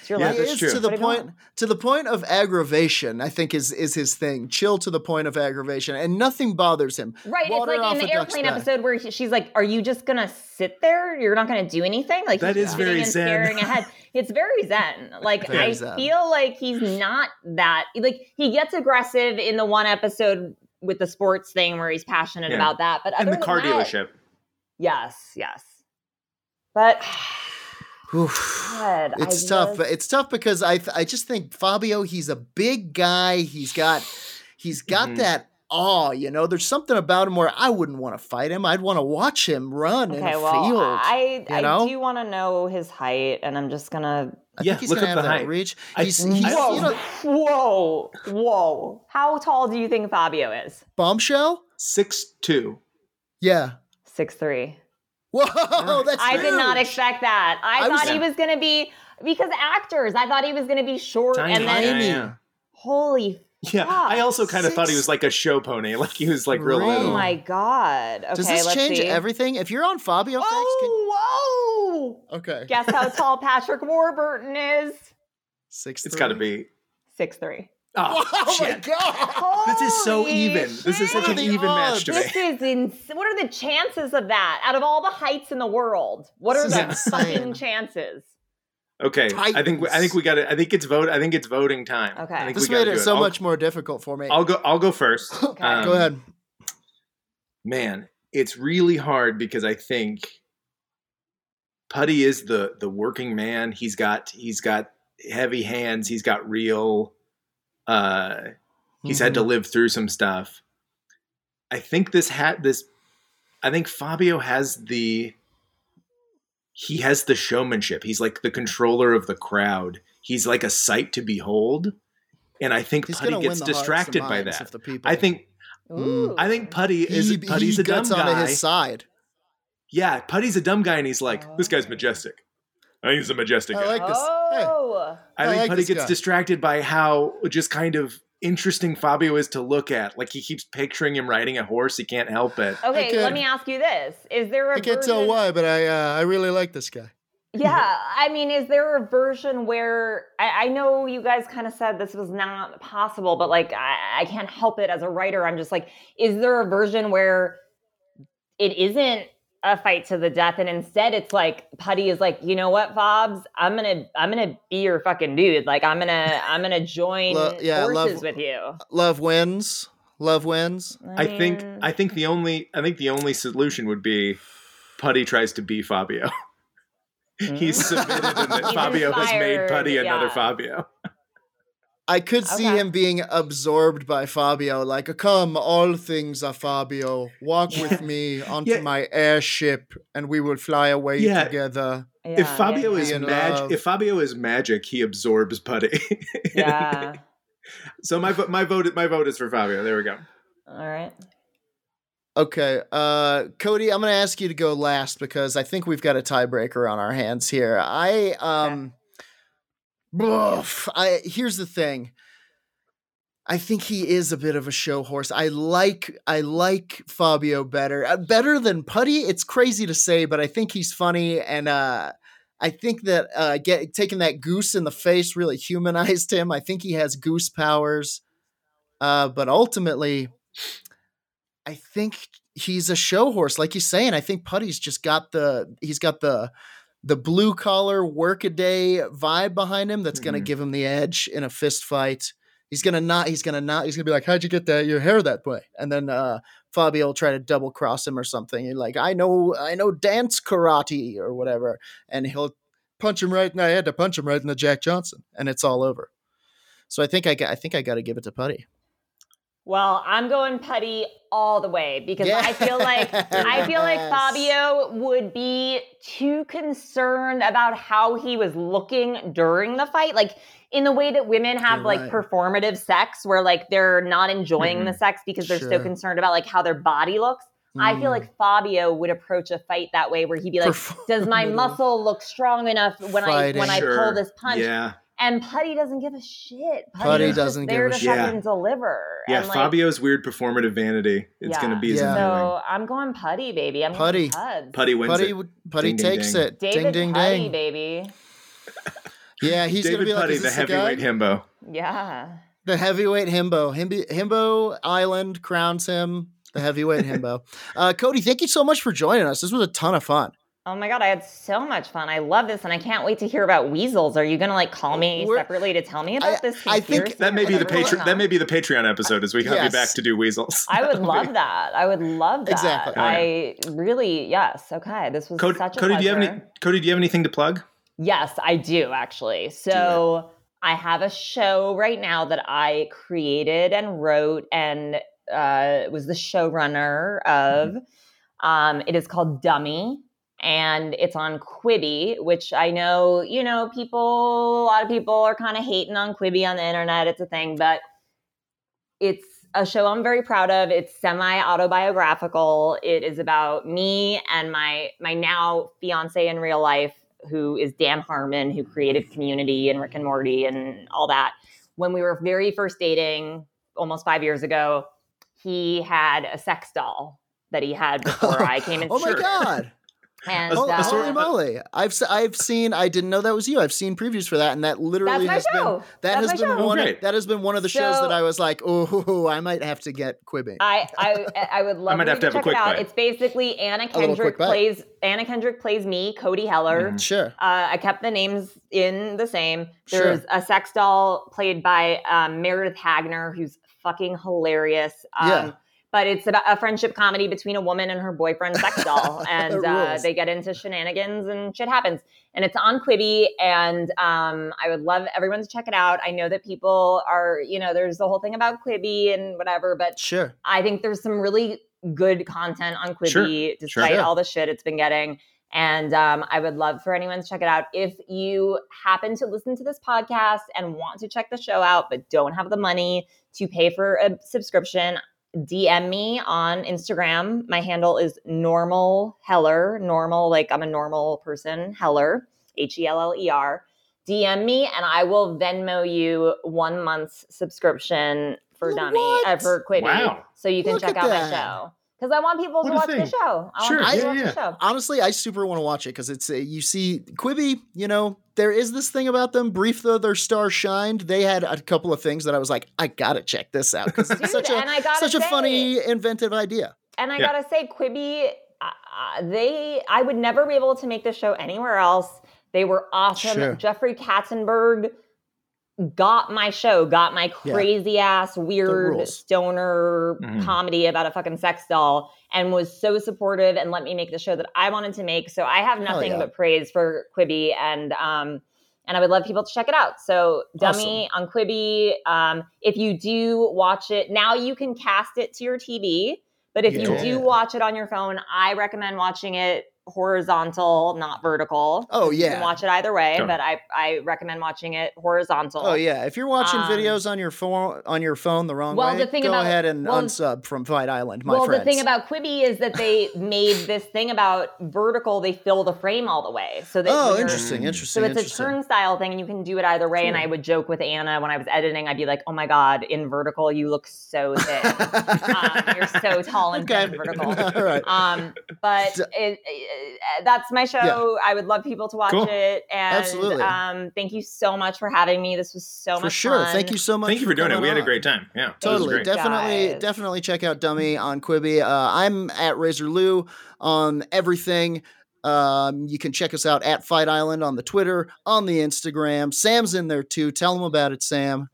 It's your Yeah, life. he that's is true. to the Pretty good. point to the point of aggravation. I think is is his thing. Chill to the point of aggravation, and nothing bothers him. Right, Water it's like off in a the duck's airplane back. episode where he- she's like, "Are you just gonna sit there? You're not gonna do anything." Like That he's is sitting very and zen. staring ahead. It's very zen. Like Very I zen. feel like he's not that. Like he gets aggressive in the one episode with the sports thing where he's passionate Yeah. about that, but And other the than car that- dealership. Yes, yes. But Oof. God, I It's tough, just- but it's tough because I th- I just think Fabio he's a big guy. He's got he's got Mhm. that awe, you know. There's something about him where I wouldn't want to fight him. I'd want to watch him run in okay, a well, field. I you I know? do want to know his height, and I'm just gonna I Yeah, think he's look gonna up have the that height. reach. I- He's, he's Whoa. you know whoa, whoa. How tall do you think Fabio is? bombshell. Six two. Yeah. Six three. Whoa, Oh, that's I did not huge. expect that. I, I was- thought he was going to be because actors. I thought he was going to be short, Tiny. and then yeah, Tiny. yeah. holy, Yeah, I also kind of thought he Six- was like a show pony, like he was like real Right. oh little. my god! Okay, Does this let's change see. everything? If you're on Fabio, Oh, whoa! thanks, can- okay, Guess how tall Patrick Warburton is? six. It's got to three. be. Six three. Oh, Oh my shit. god! This is so even. This is such What are an the even match odds? to me. This is in. What are the chances of that? Out of all the heights in the world, what are This the is fucking insane. chances? Okay, I think I think we got it. I think it's vote. I think it's voting time. Okay. I think This we gotta made it do Oh. so I'll- much more difficult for me. I'll go. I'll go first. Okay. Um, Go ahead. man. It's really hard because I think Putty is the the working man. He's got he's got heavy hands. He's got real. Uh, he's had to live through some stuff. I think this hat this I think Fabio has the he has the showmanship. He's like the controller of the crowd. He's like a sight to behold. And I think He's Putty gonna win gets the hearts and distracted by minds that. of the people. I think Mm. Ooh. I think Putty is he, Putty's he a dumb gets onto guy. his side. Yeah, Putty's a dumb guy and he's like, this guy's majestic. I think he's a majestic I guy. like this. Hey, Oh. I I think like Putty this gets guy. distracted by how just kind of interesting Fabio is to look at. Like he keeps picturing him riding a horse. He can't help it. Okay, Okay. let me ask you this: Is there a I can't tell version- why, but I uh, I really like this guy. Yeah, I mean, is there a version where I, I know you guys kind of said this was not possible, but like I, I can't help it as a writer. I'm just like, is there a version where it isn't a fight to the death, and instead it's like Putty is like, you know what, Fobs, I'm gonna I'm gonna be your fucking dude. Like I'm gonna I'm gonna join Lo- yeah, forces love- with you. Love wins. Love wins. I think mean, I think the only I think the only solution would be Putty tries to be Fabio. He's submitted and that He's Fabio has made inspired, Putty another yeah. Fabio. I could see Okay. him being absorbed by Fabio, like, "Come, all things are Fabio. Walk with me onto Yeah. my airship, and we will fly away Yeah. together." yeah, if Fabio yeah, is In magic love. if Fabio is magic, he absorbs Putty. yeah. so my vo- my vote my vote is for Fabio. There we go. All right. Okay, uh, Cody, I'm going to ask you to go last because I think we've got a tiebreaker on our hands here. I um, boof, I here's the thing. I think he is a bit of a show horse. I like I like Fabio better, uh, better than Putty. It's crazy to say, but I think he's funny, and uh, I think that uh, get taking that goose in the face really humanized him. I think he has goose powers, uh, but ultimately, I think he's a show horse, like you say, and I think Putty's just got the he's got the the blue collar workaday vibe behind him that's going to Mhm. give him the edge in a fist fight. He's gonna not. He's gonna not. He's gonna be like, "How'd you get that your hair that way?" And then uh, Fabio will try to double cross him or something. And like, I know, I know dance karate or whatever, and he'll punch him right. And I had to punch him right in the Jack Johnson, and it's all over. So I think I, got- I think I got to give it to Putty. Well, I'm going putty all the way because I feel like I feel like Yes. Fabio would be too concerned about how he was looking during the fight. Like in the way that women have You're like right. performative sex where like they're not enjoying the sex because they're so Sure. concerned about like how their body looks. I feel Mm. like Fabio would approach a fight that way where he'd be like, Does my Performative. muscle look strong enough when I when I pull Sure. this punch? Yeah, And Putty doesn't give a shit. Putty Putty's just doesn't there give a to shit. fucking deliver. yeah. And, like, Fabio's weird performative vanity. It's Yeah. gonna be his Yeah. undoing. So I'm going putty, baby. I'm Putty. going Puds. Putty wins Putty, it. would- Putty Ding, ding, takes ding. it. David ding ding Putty, ding. baby. Yeah, he's David gonna be like, Putty, "Is the this the guy?" heavyweight himbo. Yeah. The heavyweight himbo. Himbo, himbo Island crowns him the heavyweight himbo. Uh, Cody, thank you so much for joining us. This was a ton of fun. Oh my god, I had so much fun. I love this, and I can't wait to hear about weasels. Are you gonna like call me We're- separately to tell me about I- this? I think- conspiracy That may or be the whatever's patron. going That on? may be the Patreon episode as we got Yes. you back to do weasels. I would love that. I would love that. Exactly. I really yes. Okay, this was Oh, Cody, such a Cody, do you have any? pleasure. Cody, do you have anything to plug? Yes, I do actually. So I have a show right now that I created and wrote and uh, was the showrunner of. Mm-hmm. Um, it is called Dummy, and it's on Quibi, which I know you know people. A lot of people are kind of hating on Quibi on the internet. It's a thing, but it's a show I'm very proud of. It's semi autobiographical. It is about me and my my now fiance in real life, who is Dan Harmon, who created Community and Rick and Morty and all that. When we were very first dating, almost five years ago, he had a sex doll that he had before I came in. Oh my god! And uh, A- Oh, a that- sort holy moly! I've se- I've seen. I didn't know that was you. I've seen previews for that, and that that's literally my has show. been that That's has my been show. one. Great. That has been one of the shows So- that I was like, oh, I might have to get quibbing. I I I would love. I might you have to have a check quick it out. bite. It's basically Anna A little Kendrick quick bite. plays Anna Kendrick plays me, Cody Heller. Mhm. sure. Uh, I kept the names in the same. Sure. There's a sex doll played by um, Meredith Hagner, who's fucking hilarious. Um, Yeah. But it's about a friendship comedy between a woman and her boyfriend sex doll, and uh, Rules. they get into shenanigans and shit happens. And it's on Quibi, and um, I would love everyone to check it out. I know that people are, you know, there's the whole thing about Quibi and whatever, but Sure. I think there's some really good content on Quibi Sure, despite sure. all the shit it's been getting. And um, I would love for anyone to check it out. If you happen to listen to this podcast and want to check the show out, but don't have the money to pay for a subscription, DM me on Instagram. My handle is normal Heller, normal, like I'm a normal person, Heller, H E L L E R. DM me and I will Venmo you one month's subscription for Dummy uh, What? for Quibi. Wow. So you can Look check at out that. my show. Because I want people What to a watch the thing. show. I Sure, want people yeah, to watch the show. honestly, I super want to watch it because it's a, you see Quibi. You know, there is this thing about them. Brief though their star shined, they had a couple of things that I was like, I gotta check this out because Dude, it's such a and I gotta such a say- funny, inventive idea. And I Yeah. gotta say, Quibi, uh, uh, they I would never be able to make this show anywhere else. They were awesome. Sure. Jeffrey Katzenberg got my show, got my Yeah. crazy ass weird rules. Mm-hmm. stoner Mhm. comedy about a fucking sex doll, and was so supportive and let me make the show that I wanted to make. So I have Hell nothing yeah. but praise for Quibi and um, and I would love people to check it out. So, Dummy on Quibi. Um, if you do watch it, now you can cast it to your TV. But if you Yeah. do watch it on your phone, I recommend watching it horizontal, not vertical. Oh, You can yeah. watch it either way, Sure. but I I recommend watching it horizontal. Oh yeah, if you're watching Um, videos on your phone on your phone the wrong well, way, the thing go about- ahead and well, unsub from Fight Island, my well, friends. the thing about Quibi is that they made this thing about vertical. They fill the frame all the way, so that oh, when you're- interesting, Mm. interesting, So it's a interesting. turnstile thing, and you can do it either way. And I would joke with Anna when I was editing, I'd be like, "Oh my god, in vertical, you look so thin. um, you're so tall and thin Okay. in vertical." All right. Um, but So- it, it- that's my show. I would love people to watch Cool. it. And Absolutely. Um, thank you so much for having me. This was so for much sure. fun. Thank you so much. Thank you for doing it. coming We had a on. great time. Yeah, that was Totally, great. definitely, guys. definitely check out Dummy on Quibi. Uh, I'm at Razor Lou on everything. Um, you can check us out at Fight Island on the Twitter, on the Instagram. Sam's in there too. Tell him about it, Sam.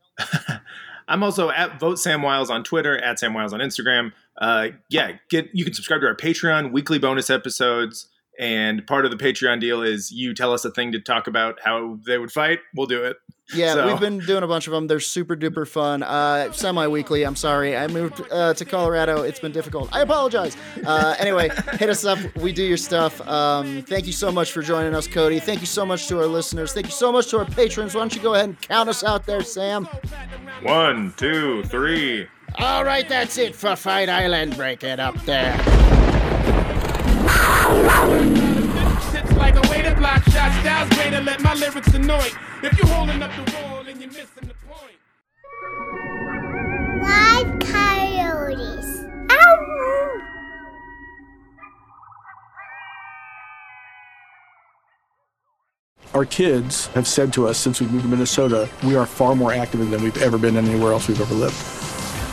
I'm also at Vote Sam Wiles on Twitter, at Sam Wiles on Instagram. Uh, yeah, get you can subscribe to our Patreon weekly bonus episodes. And part of the Patreon deal is you tell us a thing to talk about how they would fight. We'll do it. Yeah, So- we've been doing a bunch of them. They're super duper fun. Uh, Semi weekly. I'm sorry. I moved uh, to Colorado. It's been difficult. I apologize. Uh, anyway, hit us up. We do your stuff. Um, thank you so much for joining us, Cody. Thank you so much to our listeners. Thank you so much to our patrons. Why don't you go ahead and count us out there, Sam? One, two, three. All right, that's it for Fight Island. Break it up there. Sits like a way to block shots. Styles way to let my lyrics annoy. If you holding up the wall and you're missing the point. Live coyotes. Ow! Our kids have said to us since we moved to Minnesota, we are far more active than we've ever been anywhere else we've ever lived.